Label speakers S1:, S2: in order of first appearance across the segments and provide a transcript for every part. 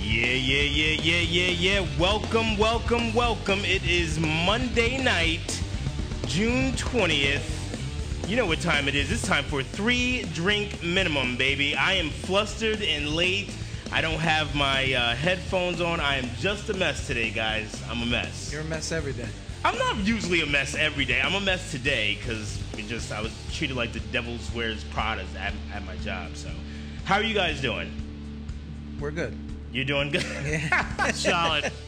S1: Yeah, yeah, yeah, yeah, yeah, yeah. Welcome, welcome, welcome. It is Monday night, June 20th. You know what time it is. It's time for three drink minimum, baby. I am flustered and late. I don't have my uh, headphones on. I am just a mess today, guys. I'm a mess.
S2: You're a mess every day.
S1: I'm not usually a mess every day. I'm a mess today because it just I was treated like the devil wears Prada's at, at my job. So, how are you guys doing?
S2: We're good.
S1: You're doing good.
S2: Yeah.
S1: Solid.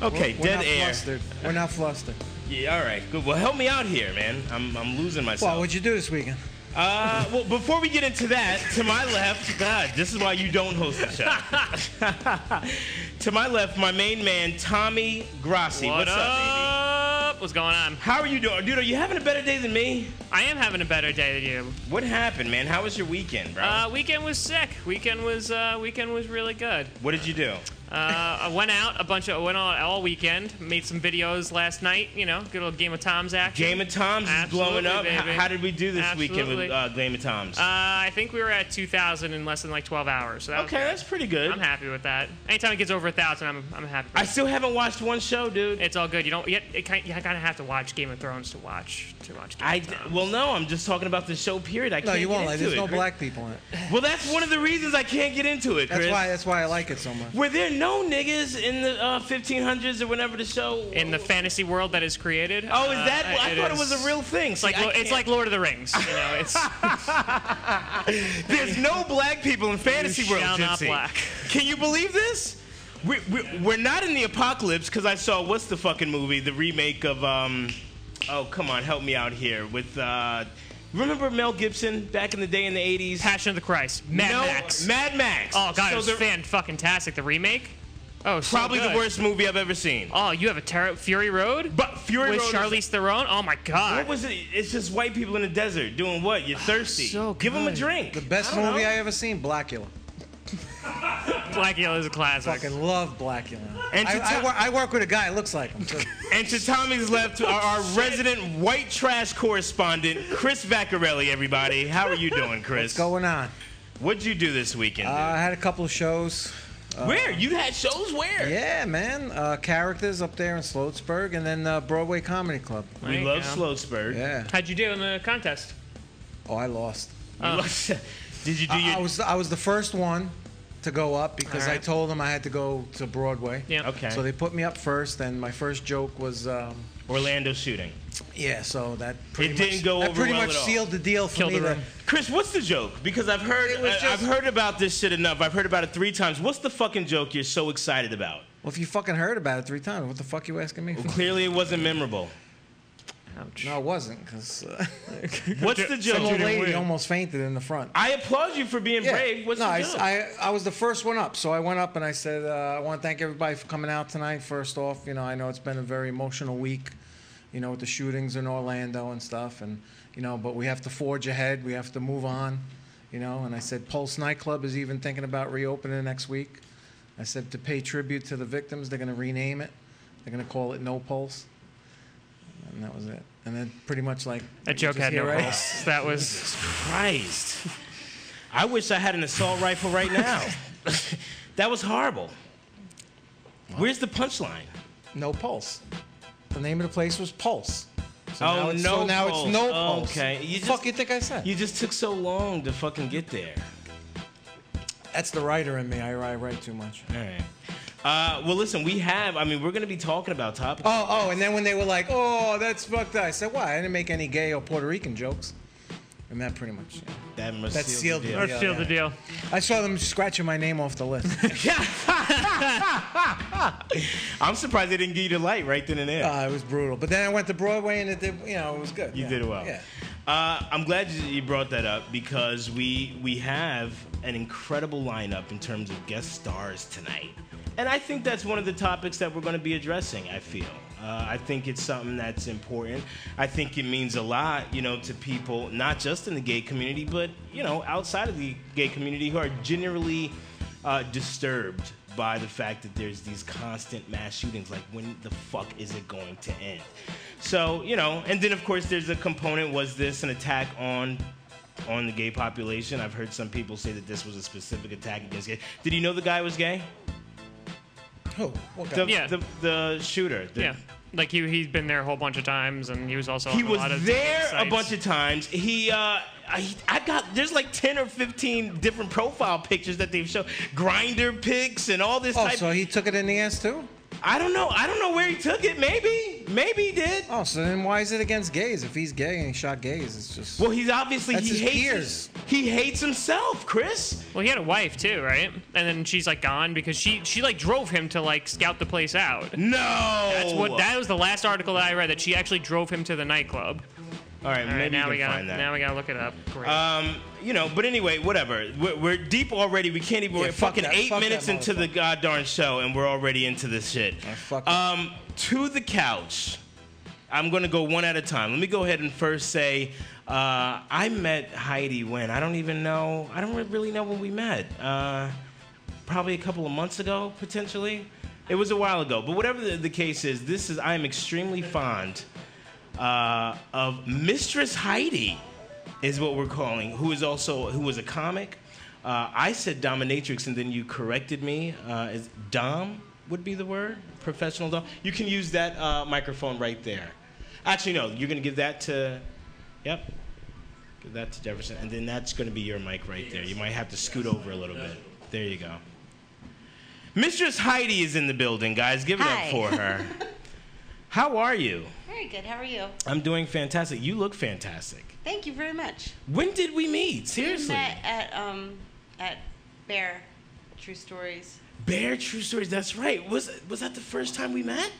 S1: Okay,
S2: we're, we're
S1: dead
S2: not
S1: air.
S2: Flustered. We're not flustered.
S1: Yeah, all right, good. Well, help me out here, man. I'm, I'm losing myself.
S2: Well, what'd you do this weekend?
S1: Uh, well, before we get into that, to my left, God, this is why you don't host the show. to my left, my main man, Tommy Grassi.
S3: What
S1: What's up, baby?
S3: up? What's going on?
S1: How are you doing? Dude, are you having a better day than me?
S3: I am having a better day than you.
S1: What happened, man? How was your weekend, bro?
S3: Uh, weekend was sick. Weekend was uh, weekend was really good.
S1: what did you do?
S3: Uh, I went out a bunch of went out all weekend. Made some videos last night. You know, good old game of Tom's action.
S1: Game of Toms is blowing
S3: Absolutely,
S1: up. H-
S3: baby.
S1: How did we do this weekend with
S3: Absolutely.
S1: uh, Game of Toms?
S3: Uh, I think we were at 2,000 in less than like 12 hours. So that was
S1: okay,
S3: good.
S1: that's pretty good.
S3: I'm happy with that. Anytime it gets over a thousand, I'm I'm happy.
S1: I still haven't watched one show, dude.
S3: it's all good. You don't. You, it kind, you kind of have to watch Game of Thrones to watch to watch. Game
S1: I
S3: of Thrones.
S1: well, no, I'm just talking about the show. Period. I
S2: No,
S1: can't
S2: you
S1: get
S2: won't. Like,
S1: into
S2: there's no
S1: it.
S2: black people in it.
S1: Well, that's one of the reasons I can't get into it,
S2: That's
S1: Chris.
S2: why. That's why I like it so much.
S1: Were there no niggas in the uh, 1500s or whenever the show?
S3: in the fantasy world that is created.
S1: oh, is that?
S3: uh,
S1: I thought it was
S3: is-
S1: a real thing.
S3: It's like
S1: I
S3: it's
S1: can't-
S3: like Lord of the Rings. You know, it's
S1: there's no black people in fantasy
S3: You
S1: world.
S3: shall not
S1: Gypsy.
S3: black.
S1: Can you believe this? We're, we're, we're not in the apocalypse because I saw what's the fucking movie? The remake of um, oh come on, help me out here with uh, remember Mel Gibson back in the day in the 80s?
S3: Passion of the Christ, Mad
S1: No,
S3: Max.
S1: Mad Max.
S3: oh god,
S1: So
S3: it was
S1: the-
S3: fan fucking tastic. The remake. Oh, so
S1: Probably the
S3: good.
S1: worst movie I've ever seen.
S3: Oh, you have a terror Fury Road.
S1: But Fury
S3: with
S1: Road is-
S3: Charlize Theron. Oh my god.
S1: What was it? It's just white people in the desert doing what? You're thirsty.
S3: Ah, so
S1: Give them a
S3: good.
S1: drink.
S2: The best
S1: don't
S2: movie
S1: know.
S2: I ever seen, Blackula.
S3: Blackula is a classic.
S2: Fucking love Blackula.
S1: And
S2: I,
S1: to
S2: I
S1: top-
S2: wor- I work with a guy. that Looks like him. too.
S1: And to Tommy's left, our, our resident white trash correspondent, Chris Vaccarelli. Everybody, how are you doing, Chris?
S2: What's going on?
S1: What'd you do this weekend?
S2: Uh, I had a couple of shows. uh,
S1: dude? where you had shows? Where?
S2: Yeah, man. Uh, characters up there in Sloatsburg, and then uh, Broadway Comedy Club.
S3: There
S1: We
S3: you
S1: love
S3: go.
S1: Slowsburg.
S2: Yeah.
S3: How'd you do in the contest?
S2: Oh, I lost.
S3: Oh.
S1: Did you do
S2: I,
S1: your?
S2: I was I was the first one to go up because I
S3: Alright.
S2: told them I had to go to Broadway.
S3: Yeah.
S1: okay.
S2: So they put me up first, and my first joke was, um,
S1: Orlando shooting.
S2: yeah. So that pretty
S1: It
S2: much,
S1: didn't go
S2: that
S1: over
S2: pretty
S1: well
S2: much
S1: at all.
S2: sealed the deal for
S3: Killed
S2: me.
S3: the
S2: to-
S3: room.
S1: Chris, what's the joke? Because I've heard
S2: It was
S1: I- I've
S2: just-
S1: heard about this shit enough. I've heard about it three times. What's the fucking joke you're so excited about?
S2: well, if you fucking heard about it three times, what the fuck you asking me? For?
S1: Clearly, it wasn't memorable.
S3: Ouch.
S2: No, it wasn't, because uh,
S1: What's the
S2: some old
S1: joke?
S2: lady almost fainted in the front.
S1: I applaud you for being
S2: Yeah.
S1: brave. What's
S2: no,
S1: the
S2: I,
S1: joke?
S2: I, I was the first one up, so I went up and I said, uh, I want to thank everybody for coming out tonight. First off, you know, I know it's been a very emotional week, you know, with the shootings in Orlando and stuff, and you know, but we have to forge ahead. We have to move on, you know. And I said, Pulse nightclub is even thinking about reopening next week. I said to pay tribute to the victims, they're going to rename it. They're going to call it No Pulse. And that was it. And then pretty much like
S3: That joke
S2: just
S3: had
S2: here,
S3: no
S2: right?
S3: pulse. That was
S1: Christ. I wish I had an assault rifle right now. that was horrible. Where's the punchline?
S2: No Pulse. The name of the place was Pulse. So
S1: Oh,
S2: now it's,
S1: No
S2: so now
S1: Pulse.
S2: it's no
S1: Oh,
S2: pulse.
S1: okay. You
S2: fuck
S1: just-
S2: you think I said?
S1: You just took so long to fucking get there.
S2: That's the writer in me. I, I write too much.
S1: All right. Uh, well, listen, we have. I mean, we're going to be talking about topics.
S2: Oh, oh, and then when they were like, "Oh, that's fucked up," I said, "Why?" I didn't make any gay or Puerto Rican jokes, and that pretty much. yeah.
S1: that must
S2: That
S1: seal
S2: sealed
S1: the deal.
S2: it.
S3: let's
S2: Yeah,
S3: seal
S2: yeah.
S3: the deal.
S2: I saw them scratching my name off the list.
S1: I'm surprised they didn't give you the light right then and there.
S2: uh, it was brutal. But then I went to Broadway, and it did. You know, it was good.
S1: You
S2: yeah.
S1: did well.
S2: Yeah.
S1: Uh, I'm glad you you brought that up because we we have an incredible lineup in terms of guest stars tonight, and I think that's one of the topics that we're going to be addressing. I feel. Uh, I think it's something that's important. I think it means a lot, you know, to people not just in the gay community, but you know, outside of the gay community who are generally uh, disturbed by the fact that there's these constant mass shootings. Like, when the fuck is it going to end? So, you know, and then of course there's a component was this an attack on on the gay population? I've heard some people say that this was a specific attack against gay. Did you know the guy was gay?
S2: Who? What guy?
S1: The,
S3: Yeah.
S1: the, the shooter. the-
S3: Yeah, like he he's been there a whole bunch of times, and he was also
S1: He
S3: on
S1: was
S3: a lot of
S1: there
S3: different
S1: a
S3: sites.
S1: bunch of times. He, uh, I, I got there's like ten or fifteen different profile pictures that they've shown, grinder pics and all this
S2: oh,
S1: type.
S2: so he took it in the ass too?
S1: I don't know. I don't know where he took it. Maybe, maybe he did.
S2: Oh, so then why is it against gays? If he's gay and he shot gays, it's just.
S1: Well, he's obviously
S2: That's
S1: he
S2: his
S1: hates
S2: peers.
S1: he hates himself, Chris.
S3: Well, he had a wife too, right? And then she's like gone because she she like drove him to like scout the place out.
S1: No,
S3: That's what
S1: Oh.
S3: that was the last article that I read that she actually drove him to the nightclub.
S1: All right,
S3: All right,
S1: maybe
S3: now
S1: you can
S3: we got
S1: find that.
S3: now we gotta look it up. Great.
S1: Um, you know, but anyway, whatever. We're, we're deep already. We can't even.
S2: Yeah,
S1: we're
S2: fuck
S1: fucking
S2: that-
S1: eight
S2: fuck that
S1: minutes into the god darn show, and we're already into this shit.
S2: fuck it.
S1: um, to the couch. I'm gonna go one at a time. Let me go ahead and first say, uh, I met Heidi when I don't even know. I don't re- really know when we met. Uh, probably a couple of months ago, potentially. It was a while ago, but whatever the, the case is, this is I am extremely fond uh, of Mistress Heidi, is what we're calling, who is also who was a comic. Uh, I said dominatrix, and then you corrected me. Uh, is dom would be the word, professional dom. You can use that uh, microphone right there. Actually, no, you're gonna give that to, yep, give that to Jefferson, and then that's gonna be your mic right there. You might have to scoot over a little bit. There you go. Mistress Heidi is in the building, guys. Give it
S4: Hi.
S1: up for her. How are you?
S4: Very good. How are you?
S1: I'm doing fantastic. You look fantastic.
S4: Thank you very much.
S1: When did we meet? Seriously.
S4: We met at um at Bear True Stories.
S1: Bear True Stories. That's right. Was was that the first time we met?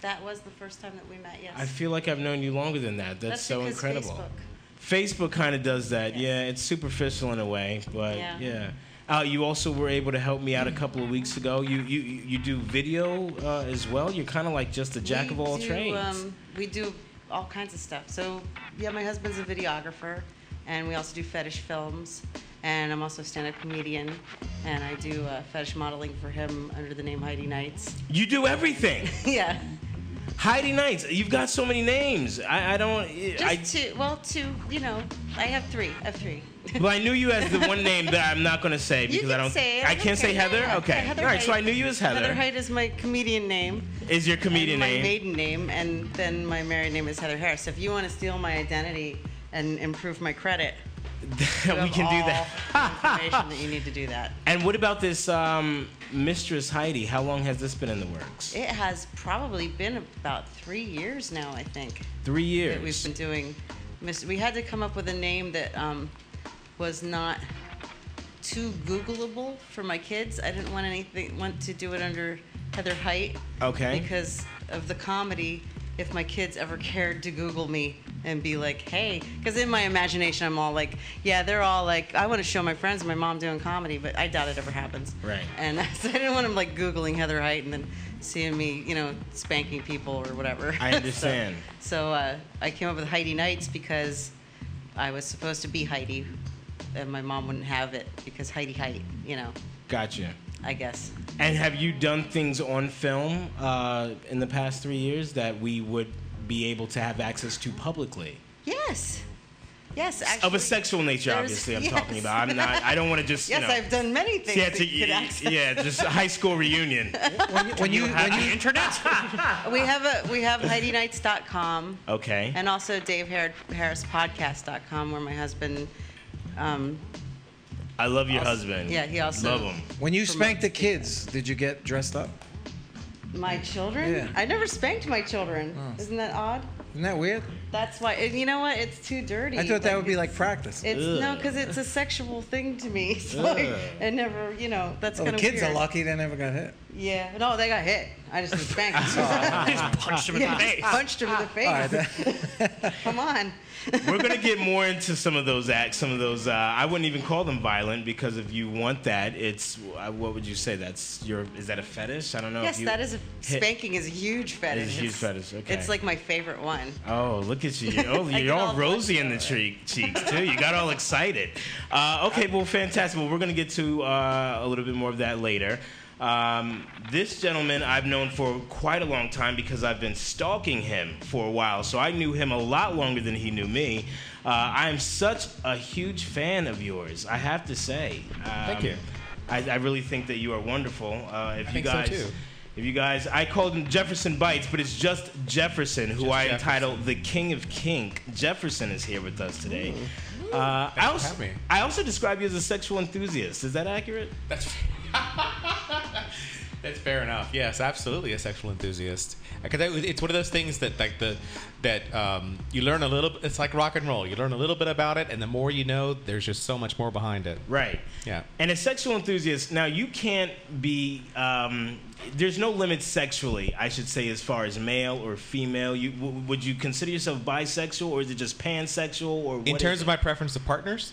S4: That was the first time that we met. Yes.
S1: I feel like I've known you longer than that. That's,
S4: That's
S1: so
S4: because
S1: incredible.
S4: Facebook.
S1: Facebook, kind of does that.
S4: Yeah.
S1: Yeah. it's superficial in a way, but yeah.
S4: Yeah.
S1: Uh, you also were able to help me out a couple of weeks ago. You you you do video uh, as well. You're kind of like just a jack of
S4: We
S1: all
S4: do,
S1: trades.
S4: Um, we do all kinds of stuff. So yeah, my husband's a videographer, and we also do fetish films. And I'm also a stand-up comedian, and I do uh, fetish modeling for him under the name Heidi Knights.
S1: you do everything.
S4: yeah,
S1: Heidi Knights. You've got so many names. I, I don't.
S4: just
S1: I,
S4: two. Well, two. You know, I have three. I have three.
S1: Well, I knew you as the one name that I'm not going to say because I
S4: can
S1: don't.
S4: say it.
S1: I
S4: I don't
S1: can't say
S4: care.
S1: Heather.
S4: Yeah,
S1: okay.
S4: yeah, Heather
S1: All right. So I
S4: Hyde.
S1: knew you as Heather.
S4: Heather Height is my comedian name.
S1: Is your comedian
S4: my
S1: name?
S4: maiden name, and then my married name is Heather Harris. If you want to steal my identity and improve my credit, you
S1: we
S4: have
S1: can do
S4: all
S1: that.
S4: the information that you need to do that.
S1: And what about this um, Mistress Heidi? How long has this been in the works?
S4: It has probably been about three years now, I think,
S1: Three
S4: that we've
S1: years.
S4: been doing. Mis- We had to come up with a name that um, was not too Googleable for my kids. I didn't want anything want to do it under Heather Height.
S1: Okay.
S4: because of the comedy if my kids ever cared to google me and be like hey because in my imagination i'm all like yeah they're all like i want to show my friends my mom doing comedy but i doubt it ever happens
S1: Right.
S4: and so i didn't want them like googling heather height and then seeing me you know spanking people or whatever
S1: I
S4: So-
S1: understand.
S4: so, uh, i came up with heidi nights because i was supposed to be heidi and my mom wouldn't have it because heidi height you know
S1: Gotcha.
S4: i guess
S1: And have you done things on film uh, in the past three years that we would be able to have access to publicly?
S4: yes yes actually
S1: of a sexual nature,
S4: there's-
S1: obviously. I'm
S4: yes.
S1: talking about. I'm not. I don't want to just.
S4: Yes,
S1: you know,
S4: I've done many things.
S1: Yeah,
S4: that
S1: to-
S4: you could access.
S1: yeah, just a high school reunion.
S2: when you, when you,
S3: Have
S2: when you
S3: the internet?
S4: We have a we have HeidiKnights.com
S1: Okay.
S4: and also Dave Har- Harris Podcast.com where my husband um,
S1: I love your husband.
S4: yeah, he also-
S1: love him.
S2: when you spanked the kids, did you get dressed up?
S4: my children.
S2: Yeah.
S4: I never spanked my children. Isn't that odd?
S2: Isn't that weird?
S4: That's why and you know what? It's too dirty.
S2: I thought that would be
S4: it's-
S2: like practice.
S4: It's no,
S1: Ugh.
S4: because it's a sexual thing to me. So I, I never, you know, that's
S2: Well, Oh, the
S4: kind of
S2: kids
S4: weird.
S2: are lucky they never got hit.
S4: Yeah, no, they got hit. I just spanked.
S3: just punched him in
S4: yeah,
S3: the face.
S4: just punched him in the
S2: All right,
S4: face.
S2: that-
S4: Come on.
S1: We're gonna get more into some of those acts, some of those. Uh, I wouldn't even call them violent because if you want that, it's uh, what would you say? That's your. Is that a fetish? I don't know. if
S4: Yes,
S1: you
S4: that is a
S1: hit-
S4: spanking is a huge fetish.
S1: It is a huge fetish, okay.
S4: It's like my favorite one.
S1: Oh, look at you! You're, oh,
S4: I
S1: you're
S4: get
S1: all
S4: all
S1: rosy
S4: flushed
S1: in the
S4: over
S1: cheek, cheeks too. You got all excited. Uh, okay, well, fantastic. Well, we're gonna get to uh, a little bit more of that later. Um, this gentleman I've known for quite a long time because I've been stalking him for a while, so I knew him a lot longer than he knew me. Uh, I am such a huge fan of yours. I have to say. Um,
S5: Thank you.
S1: I, I really think that you are wonderful. Uh, if you
S5: think so,
S1: guys.
S5: too.
S1: If you guys, I called him Jefferson Bites, but it's just Jefferson, who I entitled the King of Kink. Jefferson is here with us today. Uh, I,
S5: for
S1: also,
S5: having me.
S1: I also describe you as a sexual enthusiast. Is that accurate?
S5: That's that's fair enough. Yes, absolutely, a sexual enthusiast. Because it's one of those things that like the that um, you learn a little. It's like rock and roll. You learn a little bit about it, and the more you know, there's just so much more behind it.
S1: Right.
S5: Yeah.
S1: And a sexual enthusiast, now you can't be, um, there's no limits sexually, I should say, as far as male or female. You, w- would you consider yourself bisexual or is it just pansexual or what
S5: In
S1: is
S5: terms
S1: it?
S5: of my preference to partners,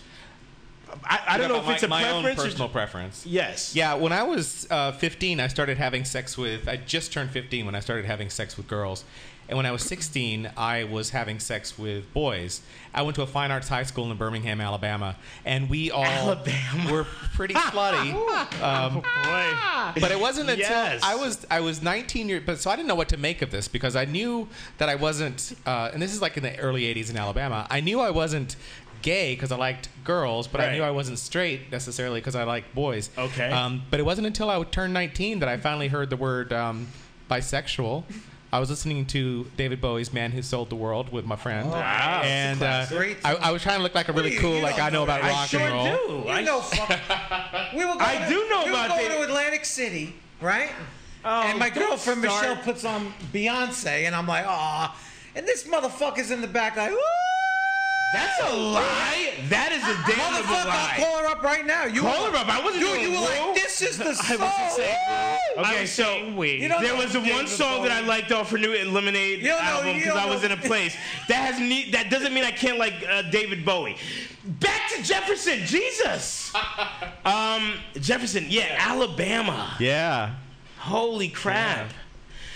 S1: I, I don't know
S5: about
S1: if it's a
S5: my, my
S1: preference.
S5: own
S1: or
S5: personal
S1: ju-
S5: preference.
S1: yes.
S5: Yeah, when I was uh, 15, I started having sex with. I just turned 15 when I started having sex with girls, and when I was 16, I was having sex with boys. I went to a fine arts high school in Birmingham, Alabama, and we all
S1: Alabama.
S5: were pretty slutty. um, but it wasn't until
S1: Yes.
S5: I was I was 19 years, but so I didn't know what to make of this because I knew that I wasn't, uh, and this is like in the early 80s in Alabama. I knew I wasn't gay because I liked girls, but I
S1: Right.
S5: knew I wasn't straight necessarily because I liked boys.
S1: Okay.
S5: Um, but it wasn't until I turned 19 that I finally heard the word um, bisexual. I was listening to David Bowie's "Man Who Sold the World" with my friend,
S1: Wow.
S5: and uh,
S2: Great.
S5: I, I was trying to look like a really
S2: do you-
S5: cool,
S2: you
S5: like
S2: don't
S5: I know
S2: know
S5: about
S2: that. I
S5: rock
S1: Sure
S5: and roll.
S1: do.
S2: You
S1: I,
S2: know, fuck. we were going
S1: I
S2: to,
S1: do know
S2: we
S1: about
S2: were going
S1: that.
S2: to Atlantic City, right?
S1: Oh,
S2: and my
S1: don't
S2: girlfriend
S1: start.
S2: Michelle puts on Beyonce, and I'm like, ah. And this motherfucker's in the back, like, ooh,
S1: That's a lie. That is a damn
S2: motherfucker, I'll
S1: lie.
S2: call her up right now. You
S1: Call
S2: were-
S1: her up. I wasn't
S2: Dude,
S1: doing
S2: you were
S1: woo.
S2: like, this is the
S1: I
S2: soul.
S1: wasn't saying
S2: woo."
S1: Okay,
S3: was
S1: so
S3: saying we.
S2: You don't
S1: there
S2: know
S1: was the
S2: David
S1: one song that I
S2: Bowie.
S1: liked off her new Lemonade
S2: You don't know-
S1: album
S2: you
S1: because
S2: don't
S1: I was
S2: know-
S1: in a place. That has ne- that doesn't mean I can't like uh, David Bowie. Back to Jefferson, Jesus. um, Jefferson, yeah, Alabama.
S5: Yeah.
S1: Holy crap.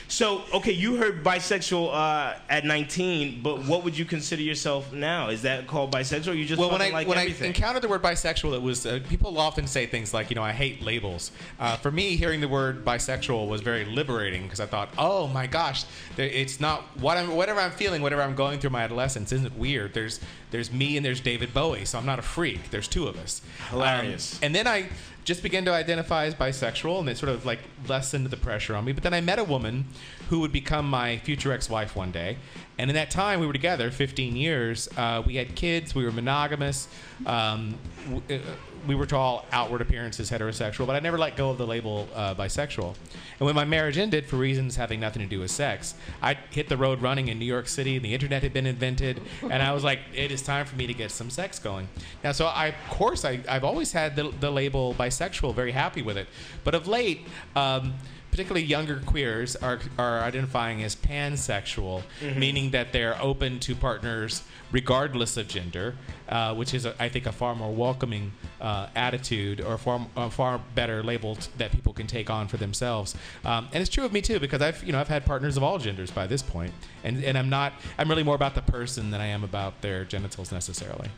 S1: So, okay, you heard bisexual uh, at 19, but what would you consider yourself now? Is that called bisexual? Or you just
S5: Well, when
S1: fucking
S5: I
S1: like
S5: when I
S1: everything?
S5: encountered the word bisexual, it was uh, people often say things like, you know, I hate labels. Uh, for me, hearing the word bisexual was very liberating because I thought, oh my gosh, there, it's not what I'm, whatever I'm feeling, whatever I'm going through my adolescence isn't weird. There's there's me and there's David Bowie, so I'm not a freak. There's two of us.
S1: Hilarious.
S5: Um, and then I just began to identify as bisexual, and it sort of like lessened the pressure on me. But then I met a woman who would become my future ex-wife one day, and in that time we were together 15 years. Uh, we had kids. We were monogamous. Um, w- uh, we were to all outward appearances heterosexual, but I never let go of the label uh, bisexual. And when my marriage ended, for reasons having nothing to do with sex, I hit the road running in New York City. The internet had been invented, and I was like, it is time for me to get some sex going. Now, so I, of course, I, I've always had the, the label bisexual, very happy with it. But of late, um, particularly younger queers are, are identifying as pansexual, meaning that they're open to partners regardless of gender, uh, which is, a, I think, a far more welcoming uh, attitude or far, a far better label t- that people can take on for themselves. Um, and it's true of me too, because I've, you know, I've had partners of all genders by this point, and, and I'm not, I'm really more about the person than I am about their genitals necessarily.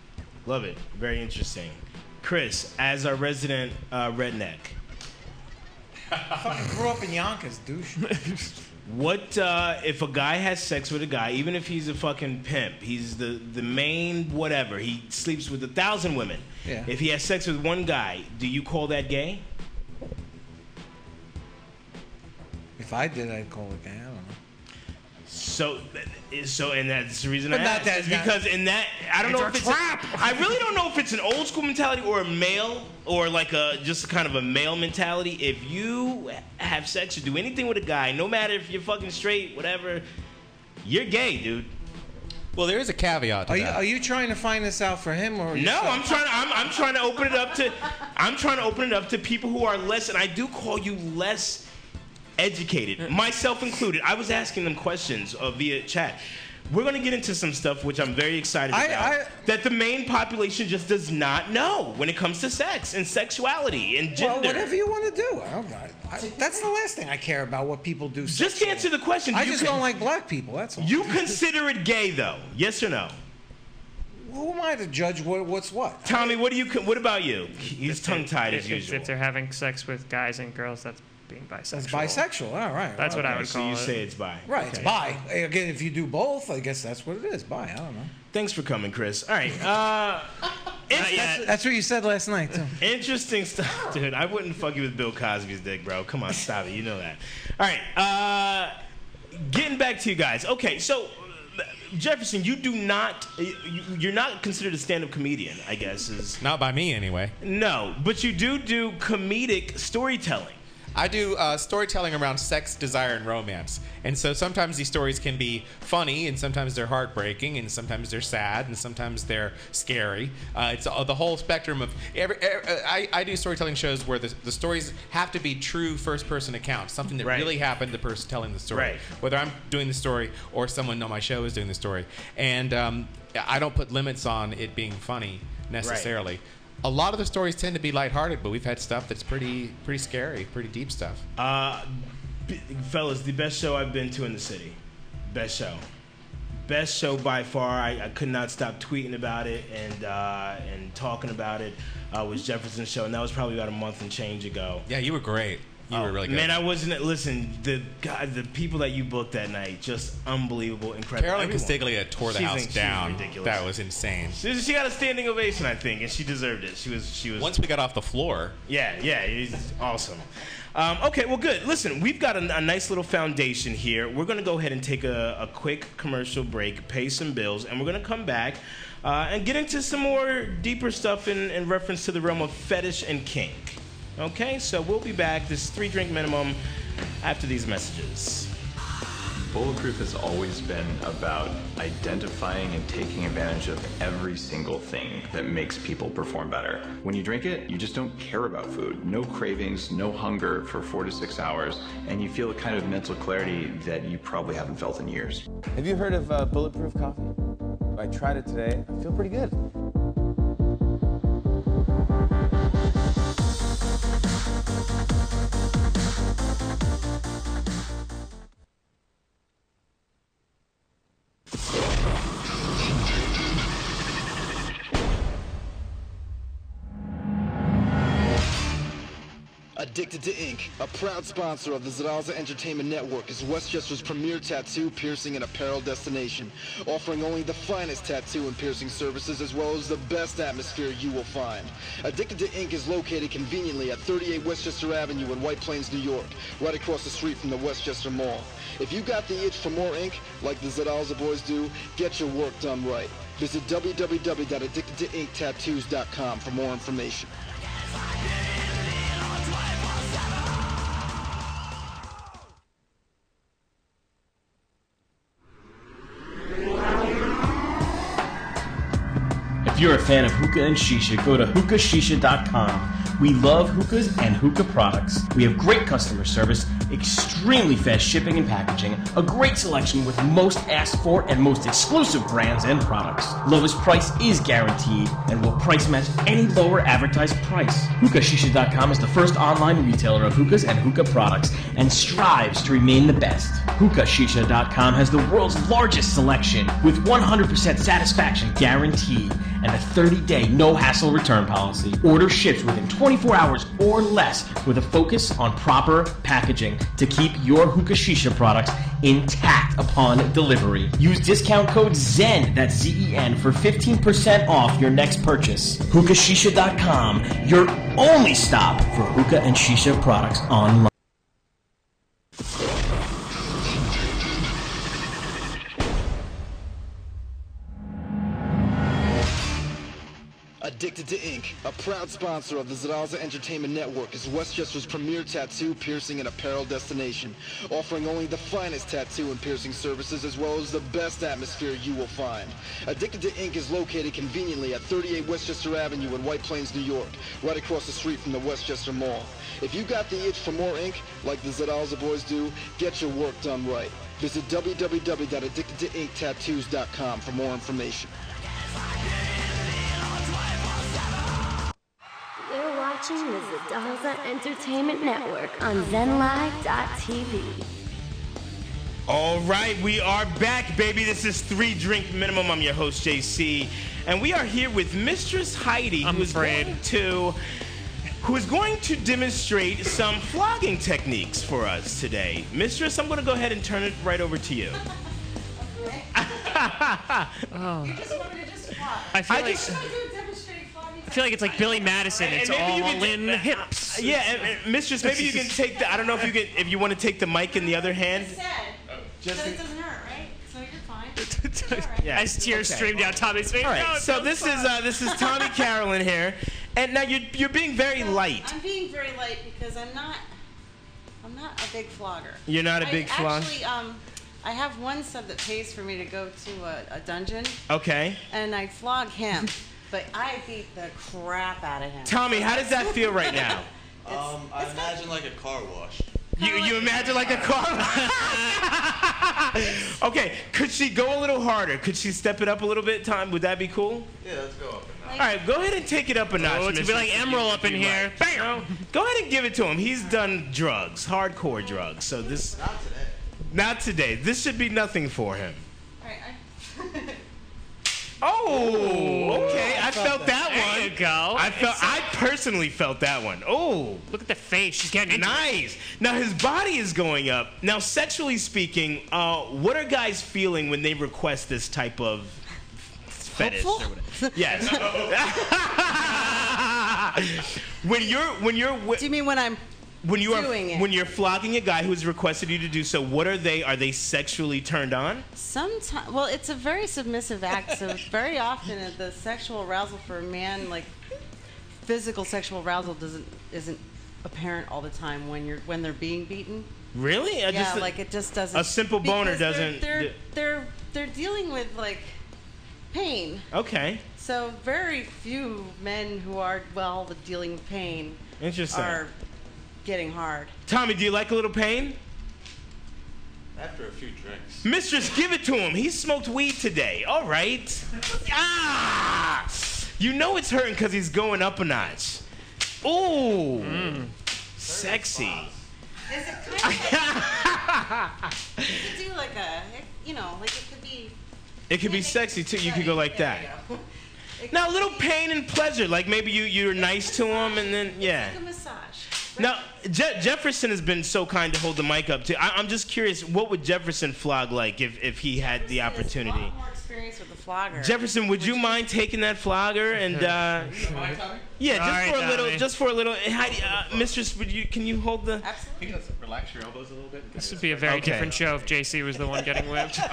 S1: Love it. Very interesting. Chris, as our resident uh, redneck,
S2: I grew up in Yonkers, douche.
S1: what uh, if a guy has sex with a guy, even if he's a fucking pimp, he's the, the main whatever, he sleeps with a thousand women.
S2: Yeah.
S1: If he has sex with one guy, do you call that gay?
S2: if I did, I'd call it gay. I don't know.
S1: So, so, and that's the reason I
S2: But not
S1: asked
S2: that-
S1: is because in that I don't know if
S3: It's
S1: it's
S3: a
S1: A, I really don't know if it's an old school mentality or a male or like a just kind of a male mentality. If you have sex or do anything with a guy, no matter if you're fucking straight, whatever, you're gay, dude.
S5: Well, there is a caveat to
S2: Are you,
S5: that.
S2: are you trying to find this out for him
S1: No,
S2: or yourself?
S1: I'm trying to. I'm, I'm trying to open it up to. I'm trying to open it up to people who are less, and I do call you less educated, myself included. I was asking them questions uh, via chat. We're gonna get into some stuff which I'm very excited
S2: I-
S1: about.
S2: I-
S1: that the main population just does not know when it comes to sex and sexuality and gender.
S2: Well, whatever you want to do. I don't, I, I, that's the last thing I care about. What people do.
S1: just
S2: sexually.
S1: answer the question. Do
S2: I
S1: you
S2: just
S1: con-
S2: don't like black people. That's all.
S1: You consider it gay though? Yes or no?
S2: Who am I to judge what, what's what?
S1: Tommy, what do you? con- What about you? He's tongue tied as
S3: If- if-
S1: usual.
S3: If they're having sex with guys and girls, that's being bisexual.
S2: That's bisexual. All right.
S3: That's what I would
S1: so
S3: call
S1: you
S3: it.
S1: say it's bi.
S2: Right. It's bi. Again, if you do both, I guess that's what it is. Bi. I don't know.
S1: Thanks for coming, Chris. All right. Uh,
S3: Not yet.
S2: That's what you said last night, too.
S1: Interesting stuff, dude. I wouldn't fuck you with Bill Cosby's dick, bro. Come on, stop it. You know that. All right. Uh, getting back to you guys. Okay, so uh, Jefferson, you do not, you- you're not considered a stand-up comedian, I guess. Is
S5: Not by me, anyway.
S1: no, but you do do comedic storytelling.
S5: I do uh, storytelling around sex, desire, and romance. And so sometimes these stories can be funny, and sometimes they're heartbreaking, and sometimes they're sad, and sometimes they're scary. Uh, it's all, the whole spectrum of. Every, er- uh, I, I do storytelling shows where the, the stories have to be true first person accounts, something that
S1: Right.
S5: really happened to the person telling the story.
S1: Right.
S5: Whether I'm doing the story or someone on my show is doing the story. And um, I don't put limits on it being funny necessarily. A lot of the stories tend to be lighthearted, but we've had stuff that's pretty pretty scary, pretty deep stuff.
S1: Uh, b- fellas, the best show I've been to in the city. Best show. Best show by far. I, I could not stop tweeting about it and uh, and talking about it. Uh, was Jefferson's show, and that was probably about a month and change ago.
S5: yeah, you were great. You
S1: Oh,
S5: were really good.
S1: Man, I wasn't. Listen, the God, the people that you booked that night, just unbelievable, incredible.
S5: Carolyn
S1: Everyone.
S5: Castiglia tore the
S1: She's in-
S5: house
S1: she's
S5: down.
S1: ridiculous.
S5: That was insane.
S1: She, she got a standing ovation, I think, and she deserved it. She was. She was.
S5: Once we got off the floor,
S1: Yeah, yeah, it's awesome. Um, okay, well, good. Listen, we've got a, a nice little foundation here. We're going to go ahead and take a, a quick commercial break, pay some bills, and we're going to come back uh, and get into some more deeper stuff in, in reference to the realm of fetish and kink. Okay, so we'll be back. This is three drink minimum after these messages.
S6: Bulletproof has always been about identifying and taking advantage of every single thing that makes people perform better. When you drink it, you just don't care about food. No cravings, no hunger for four to six hours, and you feel a kind of mental clarity that you probably haven't felt in years.
S7: Have you heard of uh, bulletproof coffee? I tried it today. I feel pretty good.
S8: Addicted to Ink, a proud sponsor of the Zaraza Entertainment Network, is Westchester's premier tattoo, piercing, and apparel destination, offering only the finest tattoo and piercing services as well as the best atmosphere you will find. Addicted to Ink is located conveniently at 38 Westchester Avenue in White Plains, New York, right across the street from the Westchester Mall. If you got the itch for more ink, like the Zaraza boys do, get your work done right. Visit www.addictedtoinktattoos.com for more information.
S9: If you're a fan of hookah and shisha, go to hookahshisha.com. We love hookahs and hookah products. We have great customer service, extremely fast shipping and packaging, a great selection with most asked for and most exclusive brands and products. Lowest price is guaranteed and will price match any lower advertised price. Hookahshisha.com is the first online retailer of hookahs and hookah products and strives to remain the best. Hookahshisha.com has the world's largest selection with 100% satisfaction guaranteed and a 30-day no-hassle return policy. Order ships within 24 hours or less with a focus on proper packaging to keep your hookah shisha products intact upon delivery. Use discount code ZEN, that's Z-E-N, for 15% off your next purchase. Hookahshisha.com, your only stop for hookah and shisha products online.
S8: Addicted to Ink, a proud sponsor of the Zaraza Entertainment Network, is Westchester's premier tattoo, piercing, and apparel destination, offering only the finest tattoo and piercing services as well as the best atmosphere you will find. Addicted to Ink is located conveniently at 38 Westchester Avenue in White Plains, New York, right across the street from the Westchester Mall. If you got the itch for more ink, like the Zaraza boys do, get your work done right. Visit www.addictedtoinktattoos.com for more information.
S10: You're watching the Zadaza Entertainment Network on ZenLive.tv.
S1: All right, we are back, baby. This is Three Drink Minimum. I'm your host, JC, and we are here with Mistress Heidi,
S3: I'm
S1: who is
S3: afraid.
S1: going to who is going to demonstrate some flogging techniques for us today. Mistress, I'm going to go ahead and turn it right over to you.
S4: You just wanted to just
S3: I feel
S1: I
S3: like
S1: just-
S4: You're demonstrating fun
S3: feel like it's like Billy Madison.
S1: And
S3: It's
S1: maybe you
S3: all
S1: can-
S3: in the hips.
S1: Yeah, and, and Mistress, maybe you can take the. I don't know if you can, if you want to take the mic in the other hand.
S4: Just it doesn't hurt, right? So you're fine.
S1: Yeah.
S3: As tears
S1: Okay.
S3: stream down Tommy's face.
S1: All right.
S3: No, it
S1: so
S3: feels
S1: this
S3: fine.
S1: is uh, this is Tommy Carolyn here, and now you're you're being very light.
S4: I'm being very light because I'm not. I'm not a big flogger.
S1: You're not a big
S4: I
S1: flog-
S4: Actually, um, I have one sub that pays for me to go to a, a dungeon,
S1: Okay.
S4: and I flog him, but I beat the crap out of him.
S1: Tommy, how does that feel right now?
S11: Um, I imagine like a car wash.
S1: You, you imagine like a car. okay, could she go a little harder? Could she step it up a little bit, Tom? Would that be cool?
S11: Yeah, let's go up.
S1: All right, go ahead and take it up a notch.
S3: Oh, it's gonna be
S1: Mr.
S3: like Emeril up in
S1: If you
S3: here.
S1: like. No, go ahead and give it to him. He's done drugs, hardcore drugs. So this
S11: Not today.
S1: not today. This should be nothing for him.
S4: All right, I-
S1: Oh, okay. I
S11: felt
S1: felt that
S3: There
S1: one.
S3: you go.
S1: I felt. I personally felt that one. Oh,
S3: Look at the face. She's getting into it.
S1: nice. Now his body is going up. Now, sexually speaking, uh, what are guys feeling when they request this type of fetish? Or whatever? Yes. when you're when you're wi-
S4: do you mean when I'm?
S1: when you are
S4: doing it?
S1: when you're flogging a guy who's requested you to do so, what are they? Are they sexually turned on?
S4: Sometimes, well, it's a very submissive act. So very often, uh, the sexual arousal for a man, like physical sexual arousal, doesn't isn't apparent all the time when you're when they're being beaten.
S1: Really? I
S4: yeah,
S1: just-
S4: like it just doesn't.
S1: a simple boner
S4: because they're-
S1: doesn't
S4: They're
S1: d-
S4: they're, they're dealing with like pain.
S1: okay.
S4: So very few men who are well with dealing with pain
S1: Interesting.
S4: are getting hard.
S1: Tommy, do you like a little pain?
S11: After a few drinks.
S1: Mistress, give it to him. He smoked weed today. All right. Ah! You know it's hurting because he's going up a notch. Ooh. Sexy.
S4: Is it kind of like, you could do like a you know like it could be
S1: It could be sexy too. You could go like that. Now, a little pain and pleasure. Like maybe you, you're nice to him and then, yeah.
S4: a massage.
S1: Now, Je- Jefferson has been so kind to hold the mic up too. I- I'm just curious, what would Jefferson flog like if, if he had the
S4: A
S1: opportunity?
S4: lot more experience with the flogger.
S1: Jefferson, would you mind taking that flogger and uh, yeah, just
S3: Sorry,
S1: for a little,
S3: Tommy.
S1: just for a little. Heidi, uh, Mistress, would you can you hold the?
S4: Absolutely.
S6: Let's relax your elbows a little bit.
S3: This would be a very
S1: Okay.
S3: different show if JC was the one getting whipped.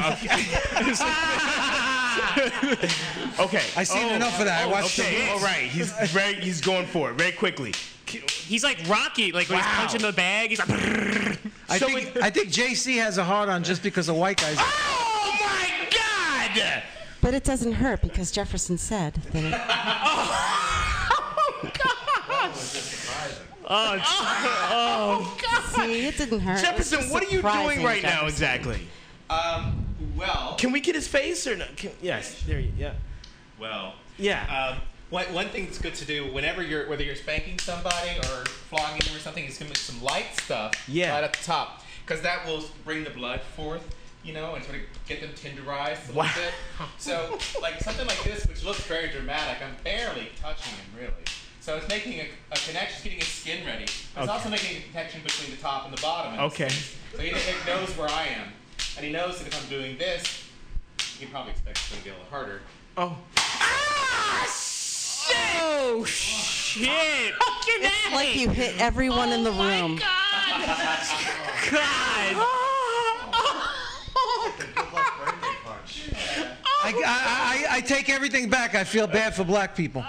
S1: Okay,
S2: I seen
S1: Oh,
S2: enough of that. I
S1: oh,
S2: watched
S1: okay,
S2: the
S1: all right, he's very he's going for it very quickly.
S3: He's like Rocky, like when he's
S1: Wow.
S3: punching the bag. He's like,
S2: I
S1: So
S2: think
S1: it-
S2: I think JC has a hard on just because of white guys.
S1: Oh my God!
S4: But it doesn't hurt because Jefferson said that it
S3: oh, it's-
S4: Oh, See, it didn't hurt. It was
S1: Jefferson,
S4: just
S1: what are you
S4: surprising,
S1: doing right now
S4: Jefferson.
S1: exactly?
S11: Um, well.
S1: Can we get his face or no? Can, yes, there. You, yeah.
S11: Well.
S1: Yeah.
S5: Um, one, one thing that's good to do whenever you're whether you're spanking somebody or flogging them or something is gonna be some light stuff
S1: Yeah.
S5: right at the top because that will bring the blood forth you know and sort of get them tenderized a
S1: Wow.
S5: little bit so like something like this which looks very dramatic i'm barely touching him really so it's making a, a connection getting his skin ready but it's
S1: Okay.
S5: also making a connection between the top and the bottom in this
S1: Okay.
S5: case. so he he knows where i am and he knows that if i'm doing this he probably expects it's going to be a little harder
S1: Oh. Ah! Shit!
S3: oh shit! you're
S4: It's like you hit everyone in the room.
S3: God.
S2: I, I, I, I take everything back. I feel bad for black people.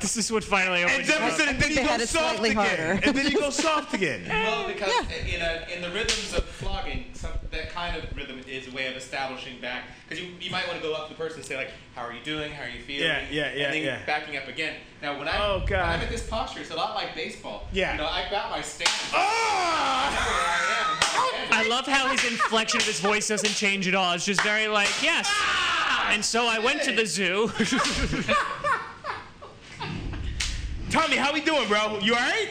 S3: This is what finally
S1: And
S3: opens up.
S1: Jefferson, and then he
S4: they had
S1: goes
S4: it
S1: soft
S4: slightly
S1: again.
S4: harder.
S1: And then he goes soft again.
S5: Well, because in, a, in the rhythms of flogging, some, that kind of rhythm is a way of establishing back. Because you, you might want to go up to the person and say, like, how are you doing? How are you feeling?
S1: Yeah, yeah, yeah,
S5: And then
S1: yeah.
S5: backing up again. Now, when, I,
S1: Oh,
S5: when
S1: God.
S5: I'm at this posture, it's a lot like baseball.
S1: Yeah.
S5: You know, I've got my stance.
S1: Ah!
S3: I love how his inflection of his voice doesn't change at all. It's just very like, yes.
S4: Ah!
S3: And so I went to the zoo.
S1: Tommy, how we doing, bro? You all right?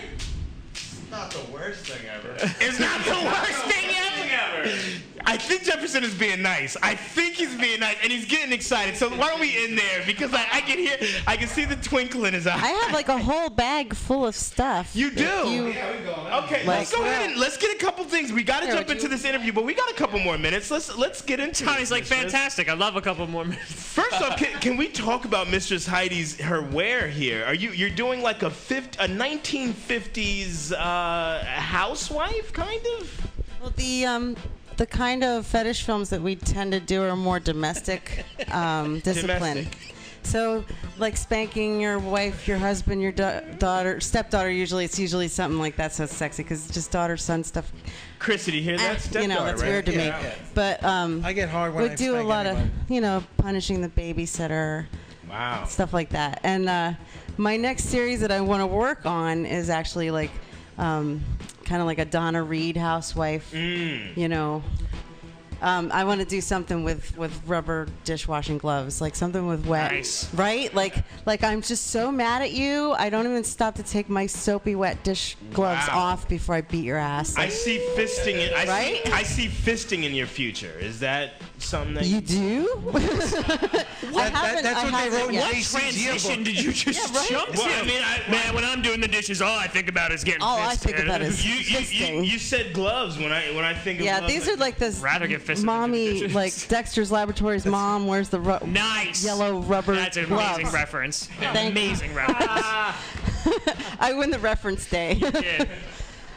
S11: Not the worst thing ever.
S1: It's not the worst thing ever. I think Jefferson is being nice. I think he's being nice, and he's getting excited. So why don't we end there? Because I, I can hear, I can see the twinkle in his eye.
S4: I have like a whole bag full of stuff.
S1: You do.
S4: You,
S1: okay, let's
S4: Like-
S1: go ahead and let's get a couple things. We got to
S4: Yeah,
S1: jump
S4: would
S1: into this interview, but we got a couple more minutes. Let's let's get into.
S3: Tommy's
S1: this,
S3: like,
S1: Mistress.
S3: fantastic. I love a couple more minutes.
S1: First off, can, can we talk about Mistress Heidi's her wear here? Are you you're doing like a 50, a 1950s uh, housewife kind of?
S4: well, the um, the kind of fetish films that we tend to do are more domestic um, discipline.
S1: Domestic.
S4: So, like spanking your wife, your husband, your da- daughter, stepdaughter. Usually, it's usually something like that. So it's sexy because just daughter, son stuff.
S1: Chrissy, do you hear
S4: Eh,
S1: that?
S4: you know,
S1: Stepdaughter,
S4: that's
S1: right?
S4: weird to me.
S1: Yeah.
S4: But um, I
S2: get hard when
S4: we
S2: I
S4: do a
S2: spank
S4: lot
S2: anybody.
S4: of, you know, punishing the babysitter.
S1: Wow.
S4: Stuff like that. And uh, my next series that I want to work on is actually like, um, kind of like a Donna Reed housewife.
S1: Mm.
S4: You know. Um, I want to do something with, with rubber dishwashing gloves, like something with wet, right? Like like I'm just so mad at you, I don't even stop to take my soapy wet dish gloves
S1: Wow.
S4: off before I beat your ass.
S1: I see fisting. In, I
S4: Right?
S1: See, I see fisting in your future. Is that something that
S4: You do?
S1: What?
S4: I haven't- I haven't yet.
S3: What transition did you just
S4: Yeah, right?
S3: jump to?
S1: Well, I mean,
S3: Man, when I'm doing the dishes, all I think about is getting
S4: All I
S3: fisted.
S4: think about is
S1: you, you, you, you said gloves when I when I think of
S4: Yeah,
S1: gloves,
S4: these are like this
S1: Rather get fisted
S4: mommy, like Dexter's Laboratories mom wears the ru-
S3: Nice.
S4: yellow rubber
S3: That's an
S4: gloves.
S3: amazing reference.
S4: Thank you.
S3: amazing reference.
S4: I win the reference day.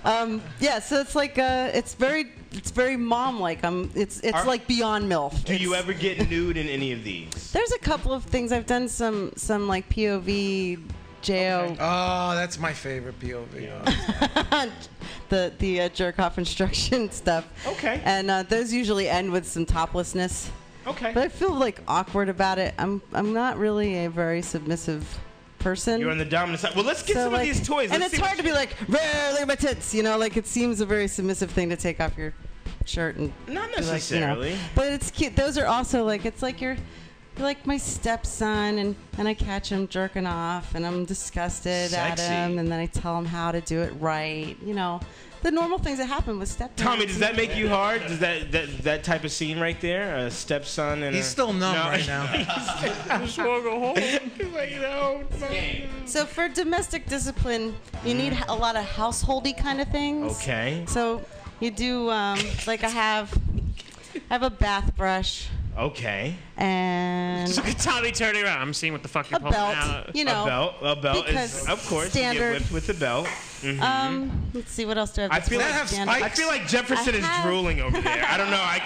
S4: um, yeah, so it's like uh, it's very it's very mom like. I'm it's it's
S1: Are-
S4: like beyond milf.
S1: Do you ever get nude in any of these?
S4: There's a couple of things I've done some some like POV JO
S2: Oh, that's my favorite POV.
S4: the the uh, jerk off instruction stuff.
S1: Okay.
S4: And uh, those usually end with some toplessness.
S1: Okay.
S4: But I feel like awkward about it. I'm I'm not really a very submissive person.
S1: You're on the dominant side. Well, let's get
S4: So,
S1: some
S4: like-
S1: of these toys.
S4: And
S1: Let's
S4: it's
S1: see what
S4: hard to be like, "Rah, look at my tits. You know, like it seems a very submissive thing to take off your shirt and
S1: Not
S4: be like, you know.
S1: necessarily.
S4: But it's cute. Those are also like it's like you're. you're Like my stepson, and, and I catch him jerking off, and I'm disgusted at
S1: Sexy.
S4: him, and then I tell him how to do it right. You know, the normal things that happen with stepdads.
S1: Tommy, does that make you hard? Does that that, that type of scene right there, a stepson and
S2: He's
S1: a-
S2: still numb right now.
S1: just want to go home. like, no,
S4: So for domestic discipline, you need a lot of householdy kind of things.
S1: Mm. Okay.
S4: So you do um, like I have, I have a bath brush
S1: Okay.
S4: and
S3: Look at Tommy turning around. I'm seeing what the fuck you're
S4: A
S3: pulling
S4: belt,
S3: out.
S4: you know,
S1: a belt. A belt is
S4: because
S1: of course
S4: standard-
S1: you get whipped with a belt. Mhm.
S4: um, let's see what else do I have.
S1: I
S4: that's
S1: feel like
S4: really standard?
S1: I feel like Jefferson
S4: I
S1: is
S4: have-
S1: drooling over there. I don't know. I,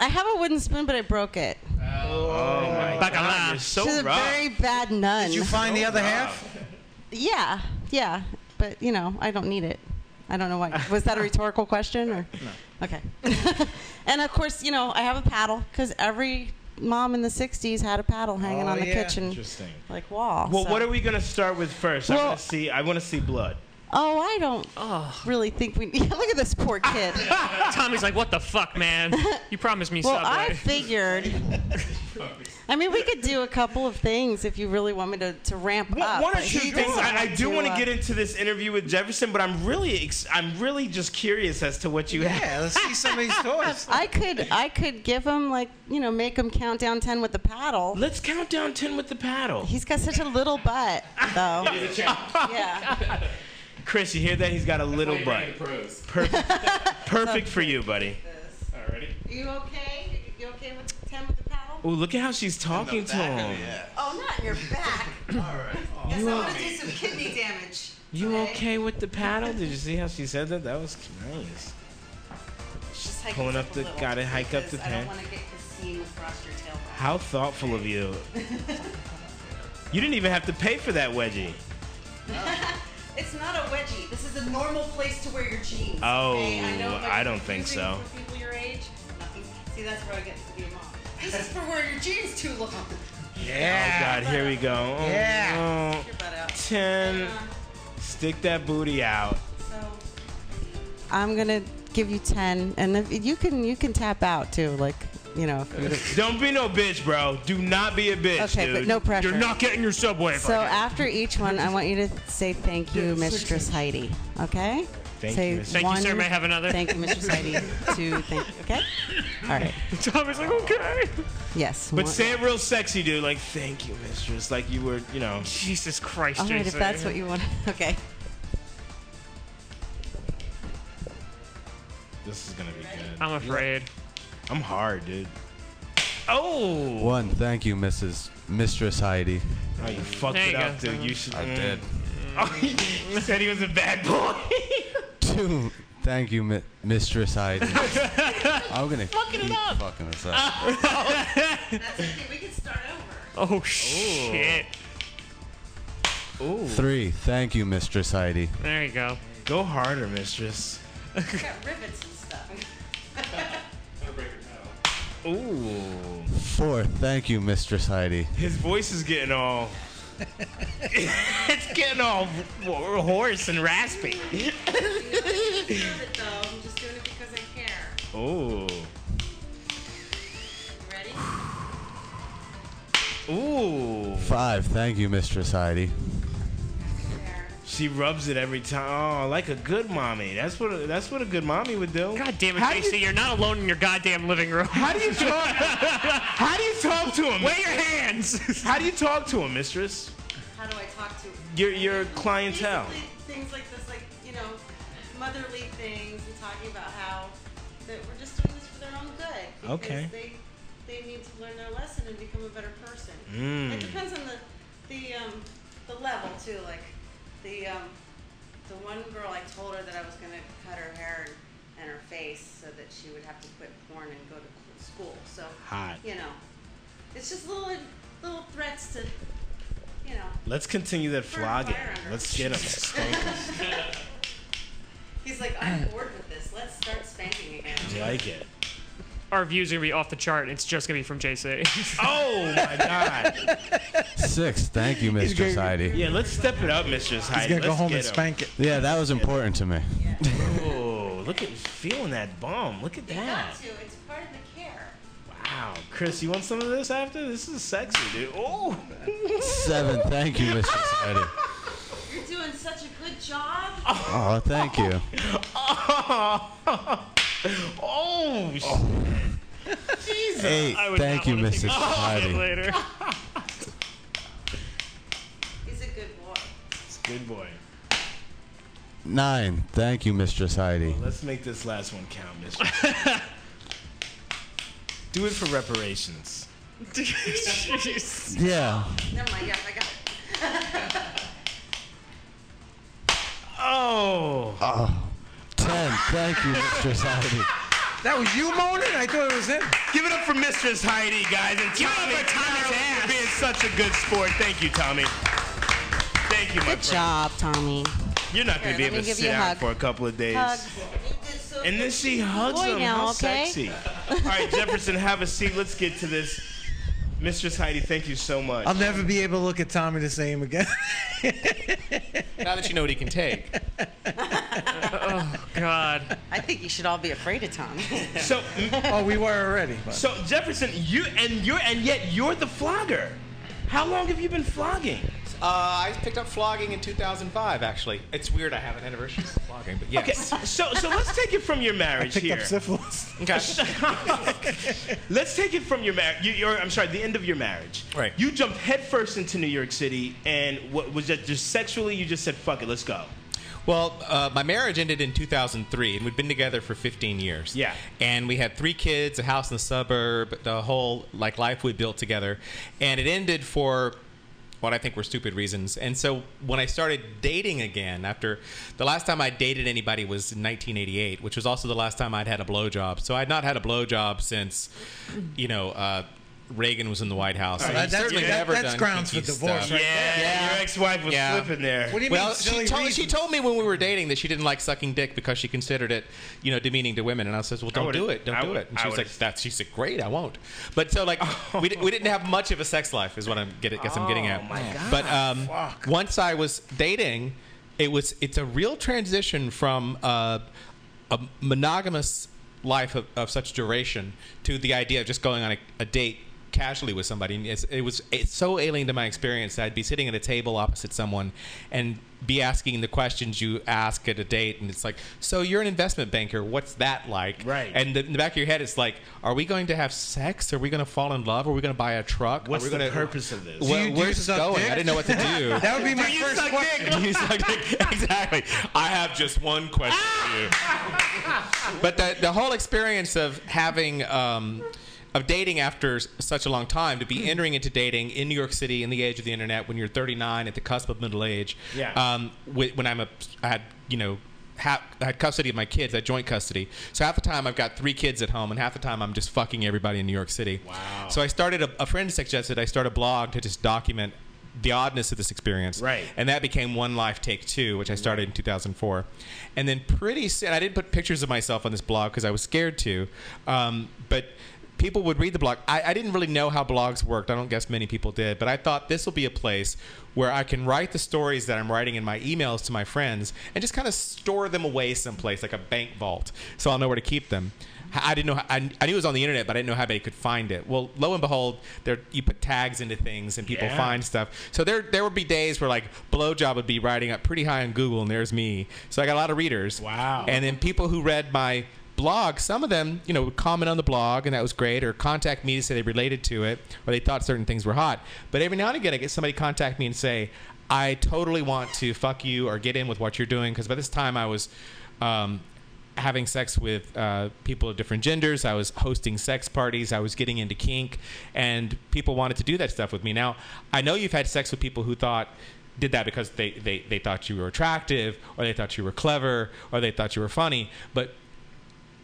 S4: I have a wooden spoon, but I broke it.
S1: oh my god, you're so
S4: She's
S1: rough.
S4: a very bad nun.
S2: Did you find the other half?
S4: Yeah, yeah, but you know, I don't need it. I don't know why. Was that a rhetorical question or? No. Okay. and of course, you know, I have a paddle because every mom in the '60s had a paddle hanging
S1: Oh,
S4: on the
S1: yeah.
S4: kitchen
S1: Interesting.
S4: like wall.
S1: Well,
S4: so-
S1: what are we gonna start with first? I want to see. I want to see blood.
S4: Oh, I don't really think we. Look at this poor kid.
S3: Tommy's like, what the fuck, man? You promised me
S4: well,
S3: Subway.
S4: I figured. I mean, we could do a couple of things if you really want me to, to ramp up.
S1: One or
S4: but
S1: two
S4: Uh, he
S1: things.
S4: decided
S1: I, I do want to
S4: uh,
S1: get into this interview with Jefferson, but I'm really, ex- I'm really just curious as to what you have.
S2: Yeah, let's see some of these toys.
S4: uh, I could I could give him like you know make him count down ten with the paddle.
S1: Let's count down ten with the paddle.
S4: He's got such a little butt though. yeah.
S1: Chris, you hear that? He's got a little butt. Perfect, perfect for you, buddy.
S4: Are you okay? You okay with ten with the paddle?
S1: Oh, look at how she's talking to him.
S4: Oh, not your back. All right. Yes, I want to do some kidney damage.
S1: You okay with the paddle? Did you see how she said that? That was nice.
S4: Just hike
S1: Pulling
S4: it
S1: up
S4: a
S1: the,
S4: little
S1: gotta hike up
S4: because
S1: the
S4: I don't
S1: pant.
S4: want to get Cassine across your tailbone.
S1: How thoughtful of you. You didn't even have to pay for that wedgie.
S4: it's not a wedgie. This is a normal place to wear your jeans.
S1: Oh,
S4: okay? it's
S1: I don't think
S4: confusing
S1: so.
S4: For people your age, nothing. See, that's where I get to be a mom. This is for wearing your jeans too long.
S1: Yeah. Oh God, here we go. Oh,
S4: Yeah.
S1: no.
S4: Stick your butt out.
S1: Ten. Stick that booty out.
S4: I'm gonna give you ten, and if, you can you can tap out too, like you know. If you
S1: Don't be no bitch, bro. Do not be a bitch,
S4: Okay,
S1: dude.
S4: but no pressure.
S1: You're not getting your subway.
S4: So after each one, I want you to say thank you, Mistress Heidi. Okay?
S1: Thank
S4: Say
S1: you. Mrs.
S4: one,
S3: have another?
S4: Thank you, Mr. Heidi. Two, thank Okay? All right.
S3: Tom is like, okay.
S4: Yes.
S1: But
S4: one-
S1: say it real sexy, dude. Like, thank you, mistress. Like you were, you know.
S3: Jesus Christ,
S4: All right, if that's what you want. Okay.
S1: This is gonna be good.
S3: I'm afraid.
S1: I'm hard, dude. Oh.
S12: One, thank you, Mrs. Mistress Heidi.
S1: Oh, you fucked
S13: There
S1: it
S13: you
S1: up,
S13: go.
S1: dude. You should.
S12: I did.
S1: Oh, you said he was a bad boy.
S12: Two, thank you, Mi- Mistress Heidi. I'm gonna
S3: Fucking it
S12: keep
S3: up.
S12: fucking this up.
S3: Oh shit.
S1: Ooh.
S12: Three, thank you, Mistress Heidi.
S3: There you go.
S1: Go harder, mistress.
S4: got rivets and stuff.
S1: Ooh.
S12: Four, thank you, Mistress Heidi.
S1: His voice is getting all. it's getting all w- hoarse and raspy. Ooh. Ooh.
S12: Five, thank you, Mistress Heidi.
S1: She rubs it every time. Oh, like a good mommy. That's what. A, that's what a good mommy would do.
S3: God damn it,
S1: How do
S3: JC, you... are not alone in your goddamn living room. How
S1: do you talk? how do you talk to him?
S3: Wear your hands.
S1: How do you talk to him, mistress?
S4: How do I talk to
S1: Your your clientele.
S4: Basically, things like this, like you know, motherly things, and talking about how that we're just doing this for their own good. because
S1: Okay.
S4: They they need to learn their lesson and become a better person.
S1: Mm.
S4: It depends on the the um, the level too. Like the um, the one girl, I told her that I was gonna cut her hair and, and her face so that she would have to quit porn and go to school. So
S1: Hot.
S4: you know, it's just little little threats to you know.
S1: Let's continue that flogging. Let's get him.
S4: He's like, I'm bored with this. Let's start spanking again.
S1: like it.
S3: Our views are gonna be off the chart. It's just gonna be from JC.
S1: oh my god.
S12: Six, thank you, Mistress Heidi.
S1: Yeah, let's step it up, Mistress Heidi.
S12: He's gonna go
S1: Let's
S12: home
S1: get
S12: and
S1: him.
S12: spank Yeah, that was important to me.
S1: Oh, look at feeling that bum. Look at that.
S4: to. It's part of the care.
S1: Wow, Chris, you want some of this after? This is sexy, dude. Oh.
S12: Seven, thank you, Mistress Heidi.
S4: You're doing such a good job.
S12: Oh, thank you.
S1: Oh. oh. shit. Jesus.
S12: Eight,
S1: I would
S12: thank
S1: not
S12: you,
S1: wanna
S12: Mrs.
S1: take-
S12: Heidi.
S4: He's a good boy.
S1: It's good boy.
S12: Nine, thank you, Mistress Heidi.
S1: Let's make this last one count, Mistress. Do it for reparations.
S3: Jeez.
S12: Yeah.
S4: Never mind. Yeah, I got it.
S1: Oh.
S12: Oh. Ten, thank you, Mistress Heidi.
S2: That was you moaning? I thought it was him.
S1: Give it up for Mistress Heidi, guys, and Tommy. Tommy for being such a good sport. Thank you, Tommy. Thank you, my
S4: Good
S1: friend.
S4: job, Tommy.
S1: You're not going to
S4: Here,
S1: be
S4: let
S1: able
S4: me
S1: to
S4: give
S1: sit
S4: you a
S1: down
S4: hug.
S1: for a couple of days.
S4: Hugs.
S1: And then she hugs
S4: Boy
S1: him.
S4: now,
S1: How
S4: okay?
S1: sexy. All right, Jefferson, have a seat. Let's get to this. Mistress Heidi, thank you so much.
S2: I'll never be able to look at Tommy the same again.
S5: Now that you know what he can take.
S3: oh God.
S4: I think you should all be afraid of Tommy.
S1: So,
S2: oh, we were already. but-
S1: So Jefferson, you and you're and yet you're the flogger. How long have you been flogging?
S5: Uh, I picked up flogging in 2005, actually. It's weird I have an anniversary for flogging, but yes.
S1: Okay, so so let's take it from your marriage
S5: picked
S1: here.
S5: up
S2: syphilis.
S1: let's take it from your marriage. You, your- I'm sorry, the end of your marriage. Right. You jumped headfirst into New York City, and what was that? Just sexually, you just said, "Fuck it, let's go."
S5: Well, uh, my marriage ended in 2003, and we'd been together for 15 years.
S1: Yeah.
S5: And we had three kids, a house in the suburb, the whole like life we built together, and it ended for what I think were stupid reasons. And so when I started dating again, after the last time I dated anybody was in 1988, which was also the last time I'd had a blowjob. So I'd not had a blowjob since, you know. Uh, Reagan was in the White House.
S2: All right,
S5: I'd
S2: that's-
S5: certainly
S2: that-
S5: never
S2: that's
S5: done
S2: grounds for
S5: kinky
S2: divorce
S5: stuff.
S2: right Yeah, there.
S1: your ex-wife was flipping there. What do you mean,
S5: well,
S1: silly
S5: she told
S1: reason?
S5: she told me when we were dating that she didn't like sucking dick because she considered it, you know, demeaning to women. And I says, well,
S1: I
S5: don't
S1: would've-
S5: do it, don't
S1: I
S5: do
S1: would-
S5: it. And she
S1: I
S5: was
S1: would've-
S5: like, that's. She said, great, I won't. But so like we, di- we didn't have much of a sex life is what I'm get, guess I'm getting at.
S1: my God.
S5: But um, once I was dating, it was it's a real transition from uh, a monogamous life of, of such duration to the idea of just going on a, a date casually with somebody. And it's, it was it's so alien to my experience that I'd be sitting at a table opposite someone and be asking the questions you ask at a date, and it's like, so you're an investment banker. What's that like? Right. And the, in the back of your head, it's like, are we going to have sex? Are we going to fall in love? Are we going to buy a truck?
S1: What's
S5: are we
S1: the
S5: gonna,
S1: purpose of this?
S5: Wh-
S1: Do you- do you
S5: where's this
S1: suck
S5: going?
S1: dick?
S5: I didn't know what to do.
S1: That would be my Do you first suck question. dick?
S5: Do you suck dick? Exactly. I have just one question for you but the, the whole experience of having um, of dating after s- such a long time to be entering into dating in New York City in the age of the internet when you're 39 at the cusp of middle age
S13: Yeah.
S5: um, wh- when I'm a I had you know ha- I had custody of my kids I had joint custody so half the time I've got three kids at home and half the time I'm just fucking everybody in New York City wow so I started a, a friend suggested I start a blog to just document the oddness of this experience right and that became one life take two which i started in 2004 and then pretty soon i didn't put pictures of myself on this blog because i was scared to um, but people would read the blog I, I didn't really know how blogs worked i don't guess many people did but i thought this will be a place where i can write the stories that i'm writing in my emails to my friends and just kind of store them away someplace like a bank vault so i'll know where to keep them I didn't know. How, I, I knew it was on the internet, but I didn't know how they could find it. Well, lo and behold, there you put tags into things, and people
S13: Yeah.
S5: find stuff. So there, there would be days where like blowjob would be riding up pretty high on Google, and there's me. So I got a lot of readers. Wow. And then people who read my blog, some of them, you know, would comment on the blog, and that was great, or contact me to say they related to it, or they thought certain things were hot. But every now and again, I get somebody contact me and say, "I totally want to fuck you or get in with what you're doing," because by this time I was. Um, having sex with uh, people of different genders. I was hosting sex parties. I was getting into kink, and people wanted to do that stuff with me. Now, I know you've had sex with people who thought did that because they, they, they thought you were attractive, or they thought you were clever, or they thought you were funny. But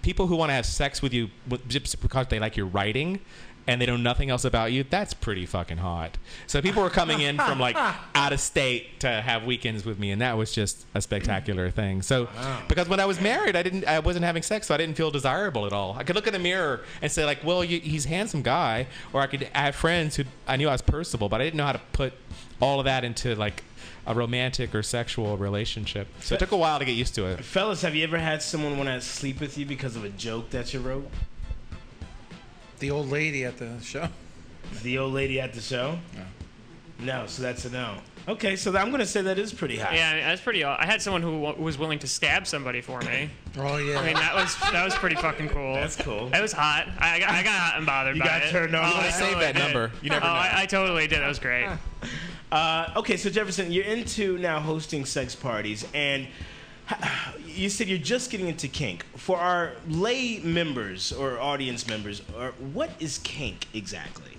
S5: people who want to have sex with you with- just because they like your writing and they know nothing else about you, that's pretty fucking hot. So people were coming in from like out of state to have weekends with me, and that was just a spectacular thing. So because when I was married, I didn't, I wasn't having sex, so I didn't feel desirable at all. I could look in the mirror and say like, well, you, he's a handsome guy, or I could I have friends who I knew I was personable, but I didn't know how to put all of that into like a romantic or sexual relationship. So it took a while to get used to it.
S1: Fellas, have you ever had someone want to sleep with you because of a joke that you wrote?
S2: The old lady at the show.
S1: The old lady at the show? No, so that's a no. Okay, so I'm going to say that is pretty high.
S3: Yeah, that's pretty. aw- I had someone who wa- was willing to stab somebody for me.
S2: Oh yeah.
S3: I mean, that was that was pretty fucking cool. That's
S1: cool.
S3: It was hot. I, I got, I got hot and bothered
S1: You
S3: by
S1: got
S3: it.
S1: turned on.
S3: Oh,
S1: You wanna
S3: I
S1: save
S3: totally
S1: that
S3: did.
S1: number. You never
S3: oh,
S1: know.
S3: I, I totally did. It was great.
S1: Uh, okay, so Jefferson, you're into now hosting sex parties, and you said you're just getting into kink. For our lay members or audience members, or what is kink exactly?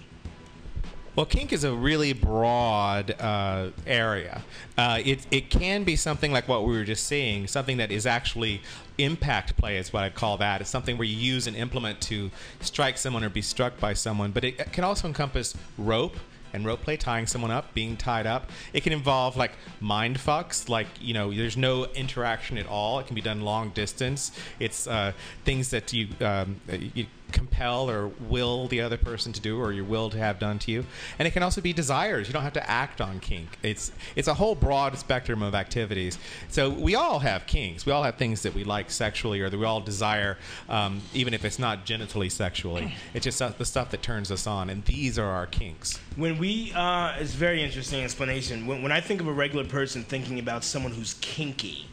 S5: Well, kink is a really broad uh, area. Uh, it, it can be something like what we were just seeing, something that is actually impact play, is what I call that. It's something where you use an implement to strike someone or be struck by someone, but it can also encompass rope. And rope play, tying someone up, being tied up. It can involve like mind fucks, like, you know, there's no interaction at all. It can be done long distance. It's uh, things that you, um, that you compel or will the other person to do or your will to have done to you and it can also be desires you don't have to act on kink it's it's a whole broad spectrum of activities so we all have kinks we all have things that we like sexually or that we all desire um, even if it's not genitally sexually it's just uh, the stuff that turns us on and these are our kinks
S1: When we, uh, it's very interesting explanation. When, when I think of a regular person thinking about someone who's kinky,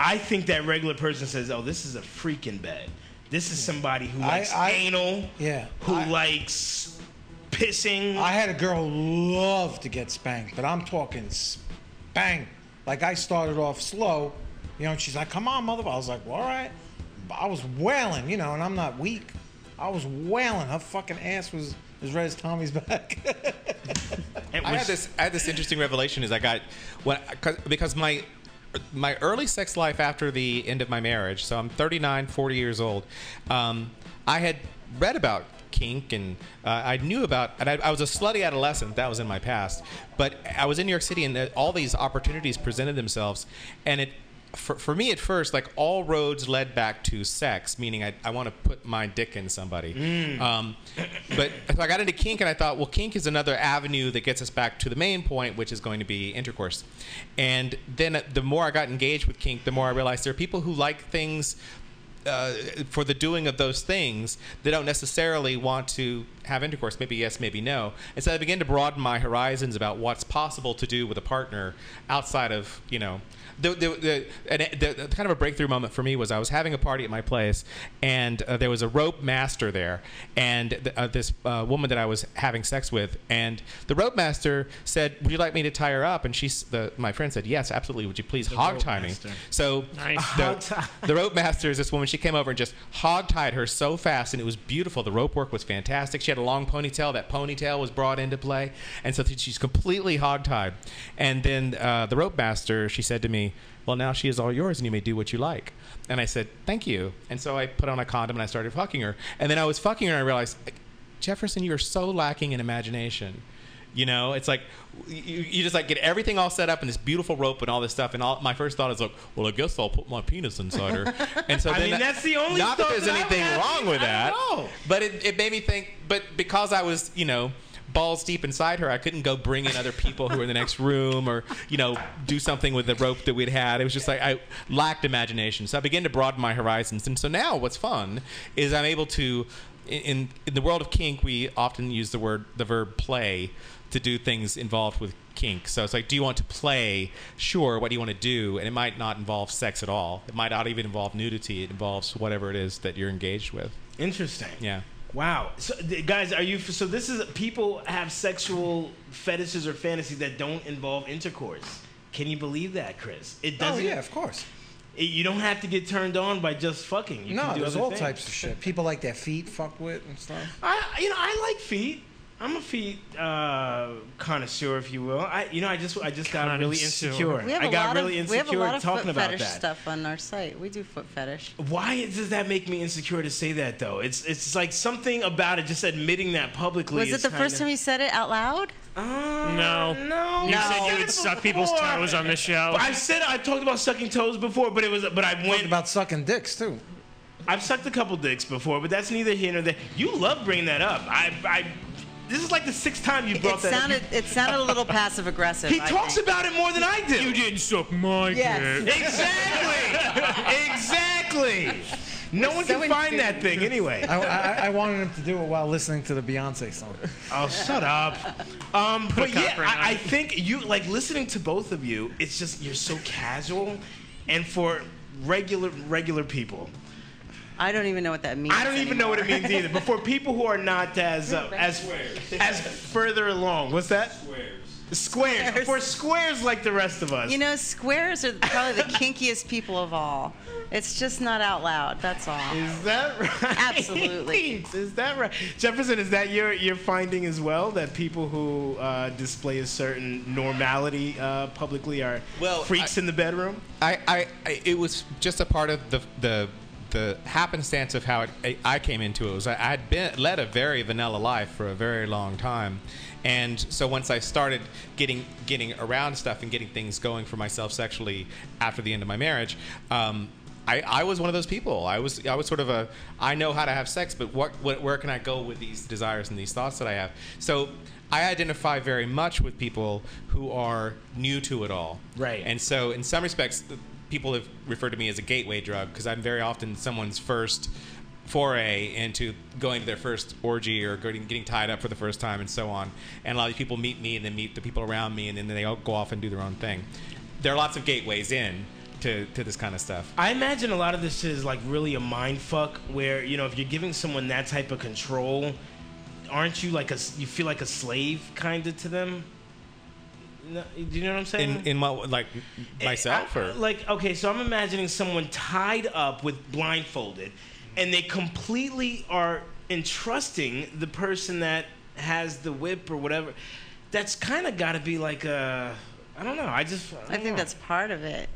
S1: I think that regular person says, "Oh, this is a freak in bed. This is somebody who likes anal,
S2: Yeah.
S1: who likes pissing."
S2: I had a girl who loved to get spanked, but I'm talking spank. Like I started off slow, you know, and she's like, "Come on, mother." I was like, well, "All right." I was wailing, you know, and I'm not weak. I was wailing. Her fucking ass was as red as Tommy's back.
S5: I had this. I had this interesting revelation. Is I got when 'cause- because my my early sex life after the end of my marriage. So I'm 39, 40 years old. Um, I had read about kink and uh, I knew about. And I, I was a slutty adolescent. That was in my past. But I was in New York City, and uh, all these opportunities presented themselves, and it for, for me at first, like all roads led back to sex, meaning I, I want to put my dick in somebody. Um, but so I got into kink and I thought, well, kink is another avenue that gets us back to the main point, which is going to be intercourse. And then uh, the more I got engaged with kink, the more I realized there are people who like things uh, for the doing of those things, they don't necessarily want to have intercourse. Maybe yes, maybe no. And so I began to broaden my horizons about what's possible to do with a partner outside of you know. The, the, the, and it- the, the kind of a breakthrough moment for me was I was having a party at my place, and uh, there was a rope master there, and th- uh, this uh, woman that I was having sex with, and the rope master said, "Would you like me to tie her up?" And she, s- the, my friend said, "Yes, absolutely. Would you please hog tie me?"
S13: master.
S5: So the, the rope master is this woman. She came over and just hog tied her so fast, and it was beautiful. The rope work was fantastic. She had a long ponytail. That ponytail was brought into play, and so th- she's completely hog tied. And then uh, the rope master, she said to me, "Well, now she is all yours, and you may do what you like." And I said, "Thank you." And so I put on a condom and I started fucking her. And then I was fucking her, and I realized, Jefferson, you are so lacking in imagination. You know, it's like you, you just like get everything all set up in this beautiful rope and all this stuff. And all my first thought is like, well, I guess I'll put my penis inside her. And so
S13: I
S5: then
S13: mean, that's the only
S5: not that
S13: thought
S5: there's
S13: that I
S5: anything
S13: would have.
S5: wrong with
S13: I
S5: that.
S13: know.
S5: But it, it made me think. But because I was, you know, balls deep inside her, I couldn't go bring in other people who were in the next room or you know do something with the rope that we'd had. It was just like I lacked imagination. So I began to broaden my horizons. And so now, what's fun is I'm able to. In, in, in the world of kink, we often use the word the verb play to do things involved with kink. So it's like, do you want to play? Sure. What do you want to do? And it might not involve sex at all. It might not even involve nudity. It involves whatever it is that you're engaged with.
S1: Interesting.
S5: Yeah.
S1: Wow. So, th- guys, are you? So, this is people have sexual fetishes or fantasies that don't involve intercourse. Can you believe that, Chris? It
S2: Oh,
S1: doesn't.
S2: yeah, of course.
S1: It, you don't have to get turned on by just fucking. You
S2: no,
S1: can do
S2: there's
S1: other
S2: all
S1: things.
S2: types of shit. People like their feet fucked with and stuff.
S1: I, you know, I like feet. I'm a feet uh, connoisseur, if you will. I, you know, I just, I just got really
S3: Connoisseur.
S1: insecure.
S4: We have
S1: I
S4: a
S1: got
S4: lot
S1: really
S4: of,
S1: insecure
S4: We have a lot of
S1: talking
S4: foot
S1: about
S4: fetish
S1: that.
S4: stuff on our site. We do foot fetish.
S1: Why does that make me insecure to say that though? It's, it's like something about it. Just admitting that publicly.
S4: Was
S1: is
S4: it the first
S1: kinda-
S4: time you said it out loud?
S1: No.
S4: no.
S3: You said you would suck people's toes on the show.
S1: I said I talked about sucking toes before, but it was but I went
S2: about sucking dicks too.
S1: I've sucked a couple dicks before, but that's neither here nor there. You love bringing that up. I I this is like the sixth time you brought
S4: It
S1: that
S4: sounded
S1: up.
S4: it sounded a little passive aggressive.
S1: He talks about it more than I do. You
S3: didn't suck my
S4: Yes. dick.
S1: Exactly. exactly. No one
S4: So
S1: can find that thing anyway.
S2: I, I, I wanted him to do it while listening to the Beyonce song.
S1: Oh, shut up. Um,
S2: Put a
S1: but yeah,
S2: copper in
S1: I, I
S2: it.
S1: think you like listening to both of you. It's just you're so casual, and for regular regular people,
S4: I don't even know what that means.
S1: I don't even know what it
S4: anymore.
S1: means either. But for people who are not as uh, as as further along, what's that? Squares. Squares. For squares like the rest of us.
S4: You know, squares are probably the kinkiest people of all. It's just not out loud. That's all.
S1: Is that right?
S4: Absolutely.
S1: is that right? Jefferson, is that your your finding as well that people who uh, display a certain normality uh, publicly are freaks
S5: I-
S1: in the bedroom?
S5: I, I, I it was just a part of the the the happenstance of how it, I, I came into it was I, I had been led a very vanilla life for a very long time, and so once I started getting getting around stuff and getting things going for myself sexually after the end of my marriage. Um, I, I was one of those people. I was I was sort of a I know how to have sex, but what, what where can I go with these desires and these thoughts that I have? So I identify very much with people who are new to it all. Right. And so, in some respects, th- people have referred to me as a gateway drug because I'm very often someone's first foray into going to their first orgy or getting, getting tied up for the first time and so on. And a lot of people meet me and then meet the people around me and then they all go off and do their own thing. There are lots of gateways in to, to this kind of stuff.
S1: I imagine a lot of this is like really a mind fuck where, you know, if you're giving someone that type of control, aren't you like a, s- you feel like a slave kind of to them? No, do you know what I'm saying?
S5: In, in my, like myself or?
S1: like, okay, so I'm imagining someone tied up with blindfolded and they completely are entrusting the person that has the whip or whatever. That's kind of got to be like a, I don't know. I just, I,
S4: I
S1: don't
S4: think
S1: know.
S4: that's part of it.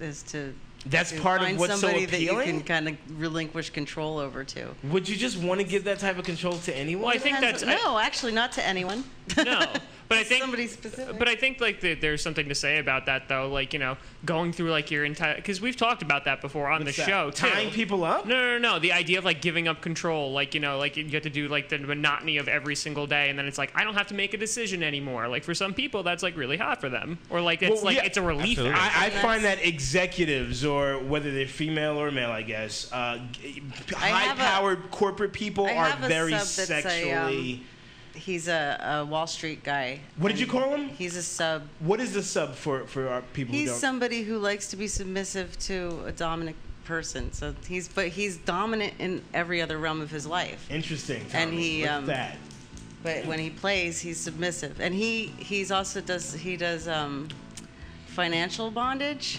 S4: Is to
S1: That's
S4: to
S1: part of
S4: find
S1: what's so
S4: somebody that you
S1: appealing?
S4: can kind of relinquish control over to.
S1: Would you just want to give that type of control to anyone?
S4: Depends- no, actually, not to anyone.
S3: No. But I think somebody specific. But I think like that there's something to say about that though. Like you know, going through like your entire because we've talked about that before on
S1: What's
S3: the
S1: that?
S3: show. Too.
S1: Tying people up.
S3: No, no, no, no. The idea of like giving up control. Like you know, like you have to do like the monotony of every single day, and then it's like I don't have to make a decision anymore. Like for some people, that's like really hot for them, or like it's
S1: Well,
S3: like
S1: yeah,
S3: it's a relief.
S1: I, I find that executives, or whether they're female or male, I guess, uh, g- high-powered corporate people
S4: I
S1: are
S4: have a
S1: very
S4: sub that's
S1: sexually.
S4: a, um, he's a, a Wall Street guy.
S1: what did you call him?
S4: He's a sub.
S1: What is the sub for for our people? who
S4: He's
S1: don't?
S4: somebody who likes to be submissive to a dominant person. So he's but he's dominant in every other realm of his life.
S1: Interesting.
S4: And
S1: Tommy.
S4: he
S1: Look at
S4: um,
S1: that.
S4: But when he plays, he's submissive, and he he's also does he does um, financial bondage.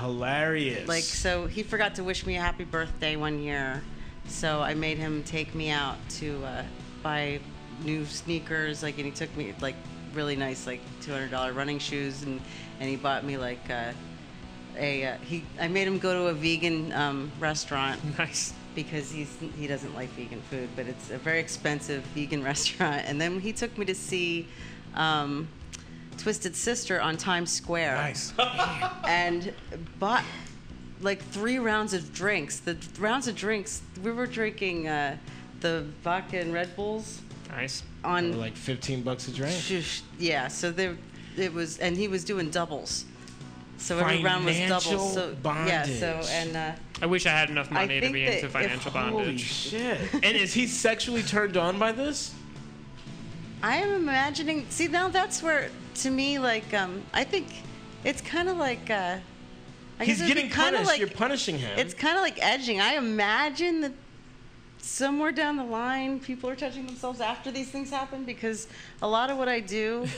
S1: Hilarious.
S4: Like so, he forgot to wish me a happy birthday one year, so I made him take me out to uh, buy new sneakers. Like, and he took me like really nice, like two hundred dollar running shoes, and and he bought me like uh, a uh, he. I made him go to a vegan um, restaurant.
S3: Nice.
S4: Because he's he doesn't like vegan food, but it's a very expensive vegan restaurant. And then he took me to see. Um, Twisted Sister on Times Square. Nice. and bought like three rounds of drinks. The rounds of drinks, we were drinking uh, the vodka and Red Bulls.
S3: Nice.
S1: They
S4: On
S1: were Oh, like fifteen bucks a drink.
S4: Shush. yeah, so there it was, and he was doing doubles. So every round was doubles. So yeah, so and uh,
S3: I wish I had enough
S4: I
S3: money to
S4: think
S3: be
S4: that
S3: into
S4: if-
S3: financial
S4: holy
S3: bondage.
S1: shit! and is he sexually turned on by this?
S4: I am imagining. See, now that's where, to me, like, um, I think it's kind of like. Uh, I
S1: He's
S4: guess it'd be
S1: getting
S4: kinda
S1: punished.
S4: Like,
S1: You're punishing him.
S4: It's kind of like edging. I imagine that somewhere down the line, people are touching themselves after these things happen because a lot of what I do,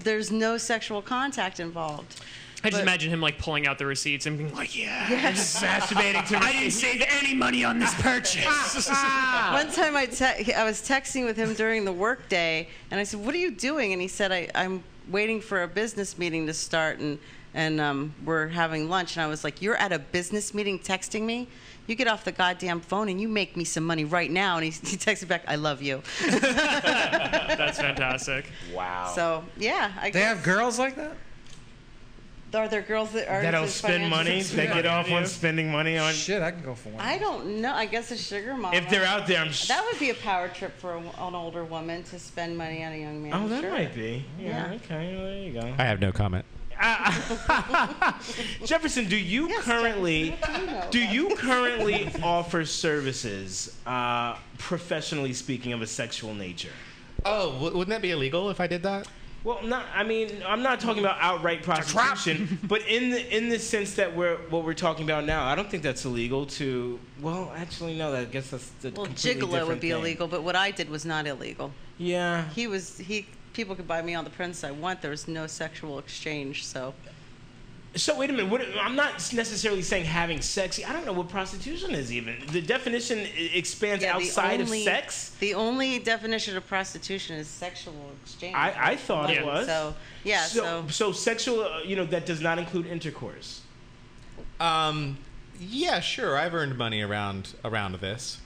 S4: there's no sexual contact involved.
S3: I just imagine him like pulling out the receipts and being like, "Yeah,
S4: Yes.
S3: I'm masturbating to."
S4: I didn't save
S3: any money on this purchase.
S4: One time I, te- I was texting with him during the workday, and I said, What are you doing? And he said, I, I'm waiting for a business meeting to start, and, and um, we're having lunch. And I was like, You're at a business meeting texting me? You get off the goddamn phone and you make me some money right now. And he, he texted back, I love you.
S3: That's fantastic.
S1: Wow.
S4: So, yeah. I
S2: They have girls like that?
S4: Are there girls that are
S1: That'll
S4: into
S1: spend
S4: financial-
S1: money. That get off on spending money on
S2: shit. I can go for one.
S4: I don't know. I guess a sugar mama.
S1: If they're out there, I'm sh-
S4: that would be a power trip for a, an older woman to spend money on a young man.
S1: Oh, that
S4: sure.
S1: might be. Yeah.
S4: Yeah.
S1: Okay. Well, there you go. Ah,
S5: I have no comment.
S1: Jefferson, do you currently
S4: Jefferson, what do
S1: do
S4: you know about
S1: you
S4: this?
S1: currently offer services, uh, professionally speaking, of a sexual nature?
S5: Oh, w- wouldn't that be illegal if I did that?
S1: Well, not. I mean, I'm not talking about outright prostitution, but in the in the sense that we're what we're talking about now, I don't think that's illegal. To well, actually, no. That I guess that's the
S4: Well,
S1: completely
S4: gigolo
S1: different
S4: would be
S1: thing.
S4: illegal, but what I did was not illegal.
S1: Yeah.
S4: He was he. People could buy me all the prints I want. There was no sexual exchange, so
S1: So wait a minute. What, I'm not necessarily saying having sex. I don't know what prostitution is even. The definition i- expands
S4: Yeah, the
S1: outside
S4: only-
S1: of sex.
S4: The only definition of prostitution is sexual exchange.
S1: I, I thought it
S4: Money,
S1: was.
S4: So yeah, so,
S1: so sexual. uh, You know that does not include intercourse.
S5: Um, yeah, sure. I've earned money around around this.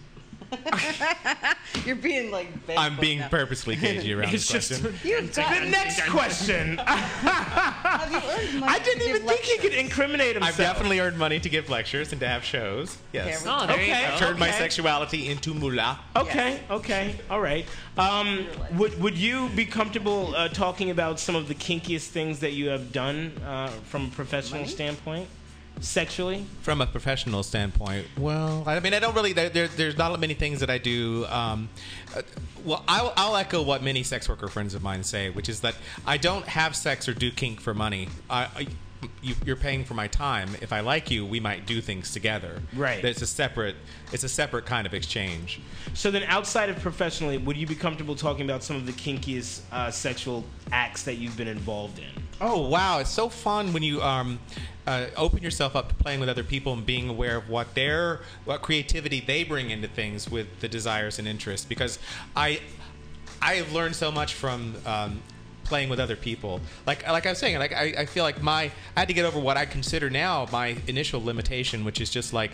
S4: you're being like. bad
S5: I'm
S4: boy
S5: being
S4: now.
S5: purposely cagey around
S1: It's
S5: this
S1: just-
S5: question.
S4: You've got
S1: The next question. I didn't even think he could incriminate himself.
S5: I've definitely earned money to give lectures and to have shows. Yes.
S1: There we go. Oh, there you
S5: I've
S1: go.
S5: turned my
S1: Okay.
S5: sexuality into moolah.
S1: Okay. Okay. All right. Um, would Would you be comfortable uh, talking about some of the kinkiest things that you have done uh, from a professional standpoint, sexually?
S5: From a professional standpoint, well, I mean, I don't really. There, there, there's not many things that I do. Um, uh, well, I'll, I'll echo what many sex worker friends of mine say, which is that I don't have sex or do kink for money. I, I, you, you're paying for my time. If I like you, we might do things together.
S1: Right.
S5: It's a separate. It's a separate kind of exchange.
S1: So then, outside of professionally, would you be comfortable talking about some of the kinkiest uh, sexual acts that you've been involved in?
S5: Oh wow, it's so fun when you um, uh, open yourself up to playing with other people and being aware of what their what creativity they bring into things with the desires and interests. Because I I have learned so much from um, playing with other people. Like like I was saying, like I, I feel like my I had to get over what I consider now my initial limitation, which is just like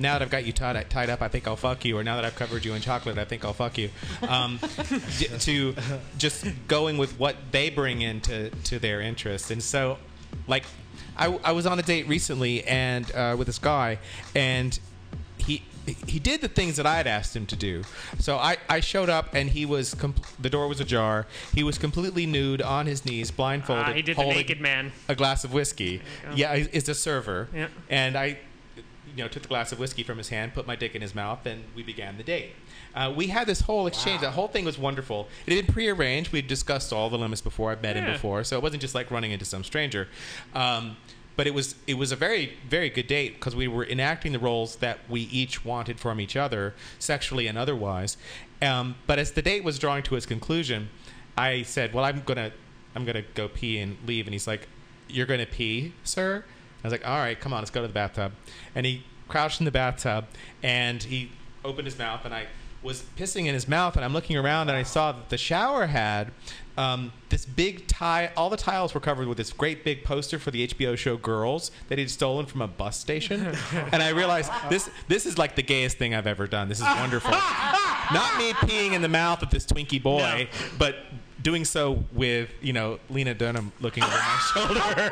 S5: now that I've got you tied, tied up, I think I'll fuck you, or now that I've covered you in chocolate, I think I'll fuck you. Um, j- to just going with what they bring into to their interest, and so like I, I was on a date recently and uh, with this guy, and he he did the things that I had asked him to do. So I, I showed up and he was comp- the door was ajar. He was completely nude on his knees, blindfolded.
S3: Ah, he did the
S5: holding
S3: naked man.
S5: A glass of whiskey.
S3: There you go.
S5: Yeah, he- it's a server.
S3: Yeah.
S5: And I you know took the glass of whiskey from his hand, put my dick in his mouth, and we began the date. Uh, we had this whole exchange. The whole thing was wonderful. It had been prearranged. We'd discussed all the limits before. I'd met him
S13: Yeah.
S5: before, so it wasn't just like running into some stranger. Um, but it was it was a very very good date because we were enacting the roles that we each wanted from each other, sexually and otherwise. Um, but as the date was drawing to its conclusion, I said, "Well, I'm gonna I'm gonna go pee and leave." And he's like, "You're gonna pee, sir?" I was like, "All right, come on, let's go to the bathtub." And he crouched in the bathtub and he opened his mouth, and I was pissing in his mouth, and I'm looking around, and I saw that the shower had um, this big tie. All the tiles were covered with this great big poster for the HBO show Girls that he'd stolen from a bus station, and I realized this this is like the gayest thing I've ever done. This is wonderful. Not me peeing in the mouth of this Twinkie boy, but doing so with you know Lena Dunham looking over my shoulder.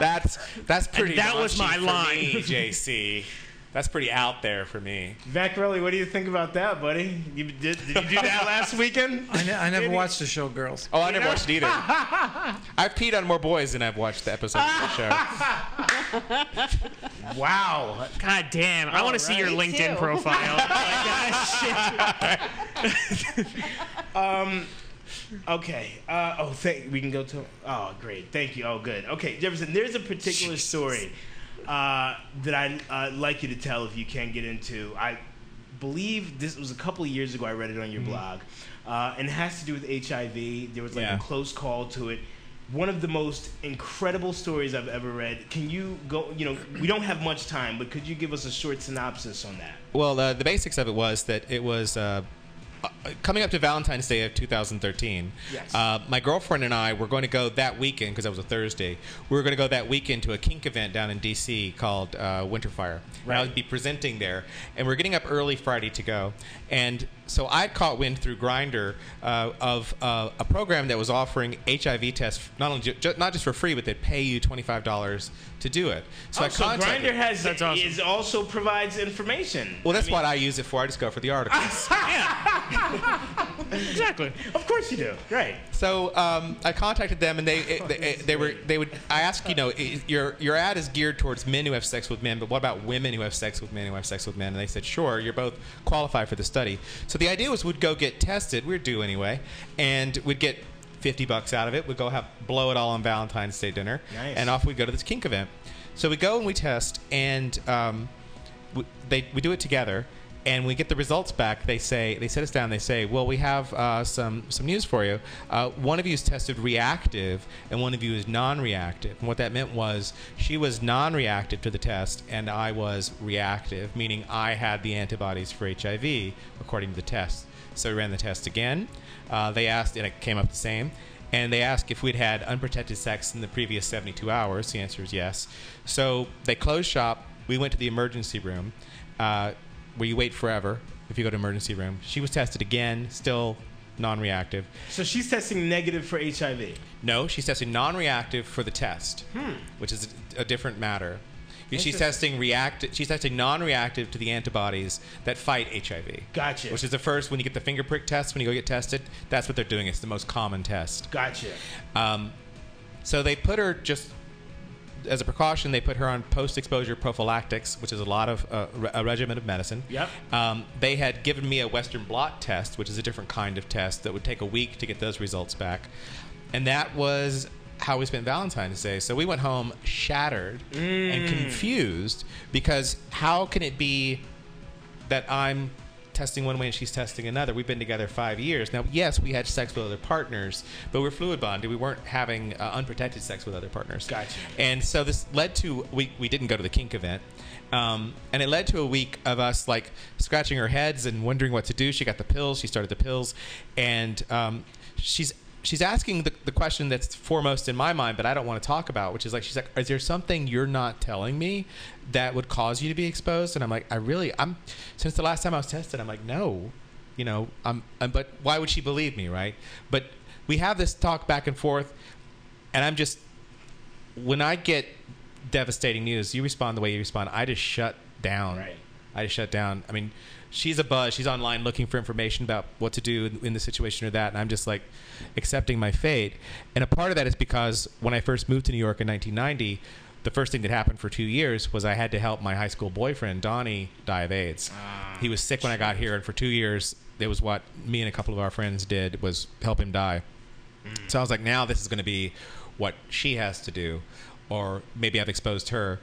S5: that's that's pretty.
S13: that was
S5: raunchy
S13: my
S5: for
S13: line.
S5: me, JC. That's pretty out there for me.
S1: Vaccarelli, what do you think about that, buddy? You did, did you do that last weekend?
S2: I, ne- I never watched the show, girls.
S5: Oh, I never watched it either. I've peed on more boys than I've watched the episodes of the show.
S1: Wow.
S3: God damn. I want to see your
S1: Alright.
S3: LinkedIn
S1: too.
S3: profile. Like, that
S1: Um, okay. Uh, oh, thank. We can go to. Oh, great. Thank you. Oh, good. Okay, Jefferson. There's a particular story uh, that I uh, like you to tell if you can get into. I believe this was a couple of years ago. I read it on your
S5: Mm-hmm.
S1: blog, uh, and it has to do with HIV. There was like
S5: Yeah.
S1: a close call to it. One of the most incredible stories I've ever read. Can you go? You know, we don't have much time, but could you give us a short synopsis on that?
S5: Well, uh, the basics of it was that it was uh, uh, coming up to Valentine's Day of 2013.
S1: Yes.
S5: Uh, my girlfriend and I were going to go that weekend because that was a Thursday. We were going to go that weekend to a kink event down in D.C. called uh, Winterfire. And I would be presenting there, and we are getting up early Friday to go. And so I caught wind through Grinder uh, of uh, a program that was offering HIV tests not only ju- ju- not just for free, but they'd pay you twenty five dollars to do it. Oh, So I
S1: also,
S5: contacted.
S1: Grinder has is also provides information.
S5: well, that's what I use it for. I just go for the article.
S3: shit. exactly.
S1: Of course you do. Right.
S5: So um, I contacted them, and they it- they, they were they would. I asked, you know, i- your your ad is geared towards men who have sex with men, but what about women who have sex with men who have sex with men? And they said, sure, you're both qualified for the study. So the idea was we'd go get tested. We're due anyway, and we'd get. 50 bucks out of it. We'd go have blow it all on Valentine's Day dinner.
S13: Nice.
S5: And off we go to this kink event. So we go and we test, and um, we, they, we do it together and we get the results back they say they sit us down they say well we have uh, some some news for you uh, one of you is tested reactive and one of you is non-reactive and what that meant was she was non-reactive to the test and i was reactive meaning i had the antibodies for hiv according to the test so we ran the test again uh, they asked and it came up the same and they asked if we'd had unprotected sex in the previous 72 hours. The answer is yes. So they closed shop. We went to the emergency room, uh, where you wait forever if you go to emergency room. She was tested again, still non-reactive.
S1: So she's testing negative for HIV.
S5: No, she's testing non-reactive for the test,
S1: Hmm.
S5: which is a, a different matter. She's
S1: Interesting.
S5: testing react. She's testing non-reactive to the antibodies that fight HIV.
S1: Gotcha.
S5: Which is the first when you get the finger prick test when you go get tested. That's what they're doing. It's the most common test.
S1: Gotcha.
S5: Um, so they put her just as a precaution. They put her on post-exposure prophylactics, which is a lot of uh, re- a regimen of medicine.
S1: Yep.
S5: Um, they had given me a Western blot test, which is a different kind of test that would take a week to get those results back. And that was how we spent Valentine's Day. So we went home shattered and confused because how can it be that I'm testing one way and she's testing another? We've been together five years. Now, yes, we had sex with other partners, but we're fluid bonded. We weren't having uh, unprotected sex with other partners. Gotcha. And so this led to, we, we didn't go to the kink event. Um, and it led to a week of us like scratching our heads and wondering what to do. She got the pills. She started the pills, and um, she's she's asking the, the question that's foremost in my mind, but I don't want to talk about, which is like, she's like, is there something you're not telling me that would cause you to be exposed? And I'm like, I really, I'm, since the last time I was tested, I'm like, no, you know, I'm, I'm but why would she believe me, right? But we have this talk back and forth, and I'm just, when I get devastating news, you respond the way you respond. I just shut down. Right. I just shut down. I mean, she's a buzz. She's online looking for information about what to do in, in this situation or that, and I'm just like accepting my fate. And a part of that is because when I first moved to New York in 1990. The first thing that happened for two years was I had to help my high school boyfriend Donnie die of AIDS. he was sick when I got here, and for two years, it was what me and a couple of our friends did was help him die. So I was like, now this is going to be what she has to do, or maybe I've exposed her.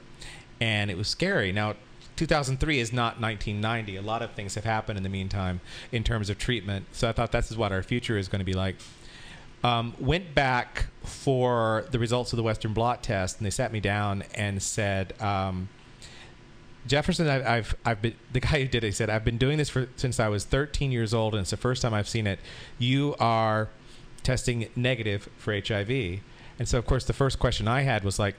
S5: And it was scary. Now, 2003 is not 1990. A lot of things have happened in the meantime in terms of treatment. So I thought this is what our future is going to be like. Um, went back for the results of the Western blot test, and they sat me down and said, um, Jefferson, I've, I've, I've been the guy who did it. Said I've been doing this for since I was 13 years old, and it's the first time I've seen it. You are testing negative for HIV, and so of course the first question I had was like,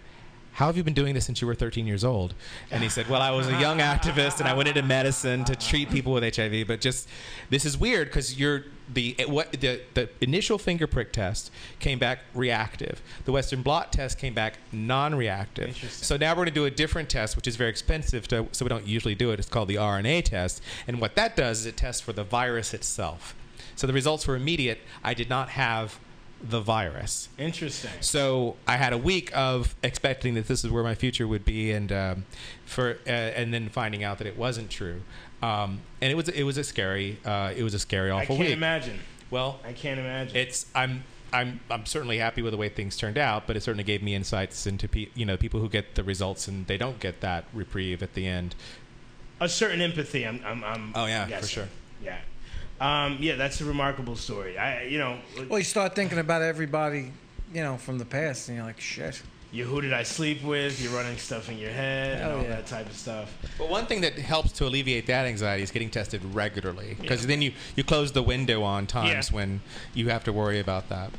S5: "How have you been doing this since you were 13 years old?" And he said, "Well, I was a young activist, and I went into medicine to treat people with HIV. But just this is weird because you're the it- what the the initial finger prick test came back reactive. The Western blot test came back non-reactive. So now we're going to do a different test, which is very expensive. To, so we don't usually do it. It's called the RNA test, and what that does is it tests for the virus itself. So the results were immediate. I did not have the virus.
S1: Interesting.
S5: So I had a week of expecting that this is where my future would be, and um, for uh, and then finding out that it wasn't true. Um, and it was it was a scary uh, it was a scary
S1: I
S5: awful
S1: can't
S5: week.
S1: imagine.
S5: Well,
S1: I can't imagine.
S5: It's I'm I'm I'm certainly happy with the way things turned out, but it certainly gave me insights into pe- you know people who get the results and they don't get that reprieve at the end.
S1: a certain empathy. I'm. I'm, I'm
S5: Oh, yeah, for
S1: guessing.
S5: sure.
S1: Yeah. Um, yeah, that's a remarkable story. I, you know,
S2: Well, you start thinking about everybody, you know, from the past, and you're like, shit.
S1: you who did I sleep with? You're running stuff in your head and
S2: Hell
S1: all
S2: yeah.
S1: that type of stuff.
S5: But one thing that helps to alleviate that anxiety is getting tested regularly because then you you close the window on times when you have to worry about that.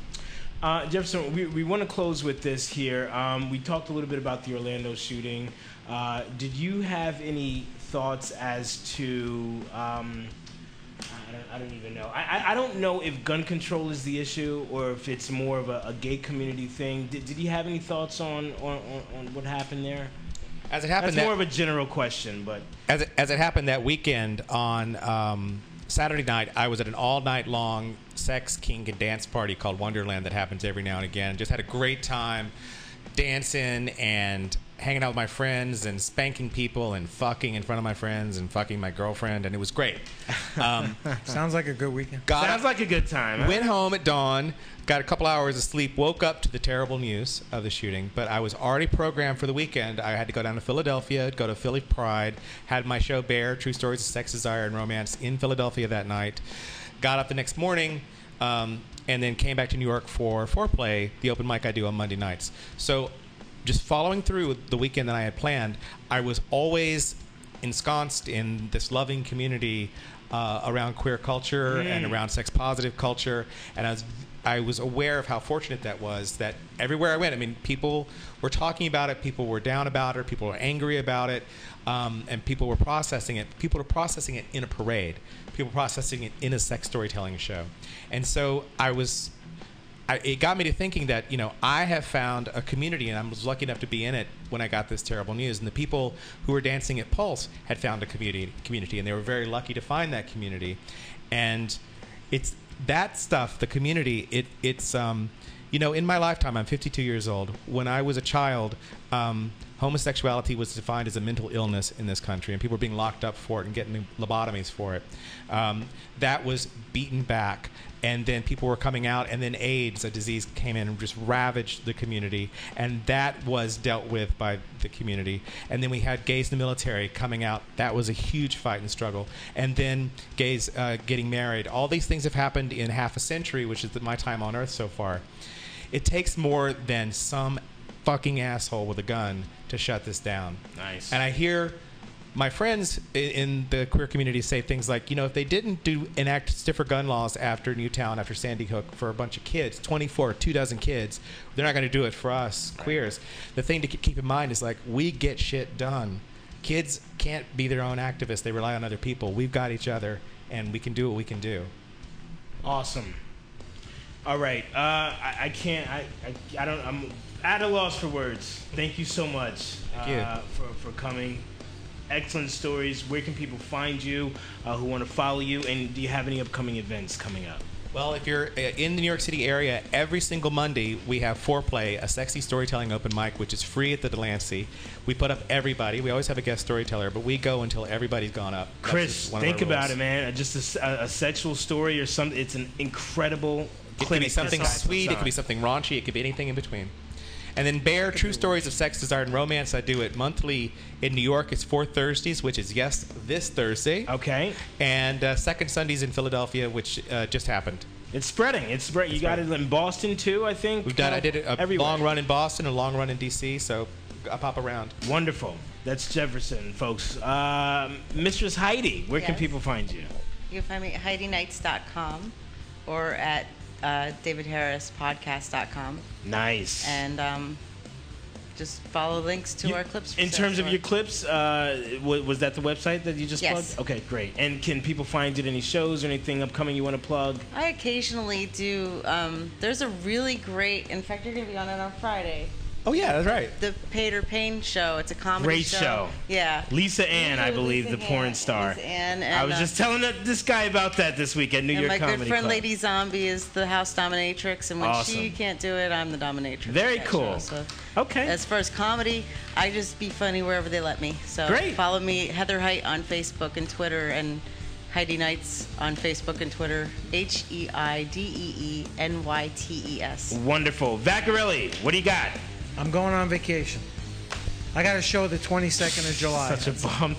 S1: Uh, Jefferson, we, we want to close with this here. Um, we talked a little bit about the Orlando shooting. Uh, did you have any thoughts as to? Um, I, don't, I don't even know. I, I, I don't know if gun control is the issue or if it's more of a, a gay community thing. Did, did you have any thoughts on, on, on, on what happened there?
S5: As it happened,
S1: That's
S5: that-
S1: more of a general question, but
S5: as it, as it happened that weekend on um, Saturday night, I was at an all night long sex, kink, and dance party called Wonderland that happens every now and again. Just had a great time dancing and hanging out with my friends and spanking people and fucking in front of my friends and fucking my girlfriend, and it was great. Um,
S2: Sounds like a good weekend.
S5: Got
S1: sounds like a good time.
S5: Went home at dawn, got a couple hours of sleep, woke up to the terrible news of the shooting, but I was already programmed for the weekend. I had to go down to Philadelphia, go to Philly Pride, had my show Bear, True Stories of Sex, Desire, and Romance in Philadelphia that night. Got up the next morning, um, and then came back to New York for Foreplay, the open mic I do on Monday nights. So just following through with the weekend that I had planned, I was always ensconced in this loving community uh, around queer culture and
S13: Mm.
S5: around sex positive culture, and I was I was aware of how fortunate that was. That everywhere I went, I mean, people were talking about it, people were down about it, people were angry about it, um, and people were processing it. People were processing it in a parade, people processing it in a sex storytelling show, and so I was I, it got me to thinking that you know I have found a community, and I was lucky enough to be in it when I got this terrible news. And the people who were dancing at Pulse had found a community, community, and they were very lucky to find that community. And it's that stuff, the community. It it's um, you know, in my lifetime, I'm 52 years old. When I was a child, um, homosexuality was defined as a mental illness in this country, and people were being locked up for it and getting lobotomies for it. Um, that was beaten back, and then people were coming out, and then AIDS, a disease, came in and just ravaged the community, and that was dealt with by the community. And then we had gays in the military coming out. That was a huge fight and struggle. And then gays uh, getting married. All these things have happened in half a century, which is my time on Earth so far. It takes more than some fucking asshole with a gun to shut this down.
S1: Nice.
S5: And I hear my friends i- in the queer community say things like, you know, if they didn't do enact stiffer gun laws after Newtown, after Sandy Hook, for a bunch of kids, 24, two dozen kids, they're not going to do it for us queers. The thing to ke- keep in mind is like, we get shit done. Kids can't be their own activists; they rely on other people. We've got each other, and we can do what we can do.
S1: Awesome. All right. Uh, I, I can't. I, I, I don't. I'm at a loss for words. Thank you so much.
S5: Thank you.
S1: uh, for for coming. Excellent stories. Where can people find you? Uh, who want to follow you? And do you have any upcoming events coming up?
S5: Well, if you're uh, in the New York City area, every single Monday we have Foreplay, a sexy storytelling open mic, which is free at the Delancey. We put up everybody. We always have a guest storyteller, but we go until everybody's gone up. That's
S1: Chris,
S5: just one of our
S1: think about
S5: rules.
S1: it, man. Uh, Just a s- a, a sexual story or something. It's an incredible.
S5: It could be
S1: clinic
S5: something
S1: that's
S5: sweet. It could
S1: on.
S5: be something raunchy. It could be anything in between. And then Bear, True Stories of Sex, Desire, and Romance. I do it monthly in New York. It's four Thursdays, which is yes, this Thursday.
S1: Okay.
S5: And uh, second Sundays in Philadelphia, which uh, just happened.
S1: It's spreading. It's spreading. You got it in Boston too, I think.
S5: We've done. I did a
S1: Everywhere.
S5: long run in Boston, a long run in D.C. So I pop around.
S1: Wonderful. That's Jefferson, folks. Um, Mistress Heidi, where can
S4: Yes.
S1: people find you?
S4: You can find me at HeidiKnights.com or at uh, DavidHarrisPodcast.com.
S1: Nice.
S4: And um, just follow links to our clips. For
S1: In
S4: sale
S1: terms of
S4: store.
S1: your clips, uh, wa- was that the website that you just
S4: Yes.
S1: plugged? Okay, great. And can people find it any shows or anything upcoming you want to plug?
S4: I occasionally do. Um, there's a really great. In fact, you're going to be on it on Friday.
S5: Oh yeah, that's right.
S4: The Pater Payne show. It's a comedy
S1: Great
S4: show.
S1: show.
S4: Yeah.
S1: Lisa Ann, I
S4: Lisa
S1: believe, the
S4: Ann-
S1: porn star.
S4: Lisa Ann
S1: I
S4: and,
S1: was
S4: uh,
S1: just telling that- this guy about that this week at New
S4: and
S1: York
S4: my
S1: Comedy
S4: good friend
S1: Club.
S4: Lady Zombie is the house dominatrix, and when she
S1: Awesome.
S4: can't do it, I'm the dominatrix. of
S1: Very
S4: that
S1: cool.
S4: show, so
S1: okay.
S4: As far as comedy, I just be funny wherever they let me. So
S1: Great.
S4: follow me, Heather Height, on Facebook and Twitter, and Heidi Knights on Facebook and Twitter. H E I D E E N Y T E S.
S1: Wonderful. Vaccarelli, what do you got?
S2: I'm going on vacation. I got a show the 22nd of July.
S1: Such a bum.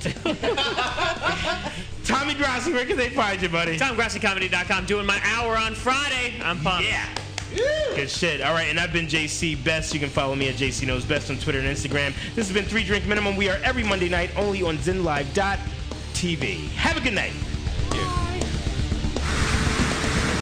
S1: Tommy Grassi, where can they find you, buddy?
S3: TomGrassiComedy.com. Doing my hour on Friday. I'm pumped.
S1: Yeah. Good shit. All right, and I've been JC Best. You can follow me at JC Knows Best on Twitter and Instagram. This has been Three Drink Minimum. We are every Monday night only on ZenLive.tv. Have a good night.
S5: Thank you.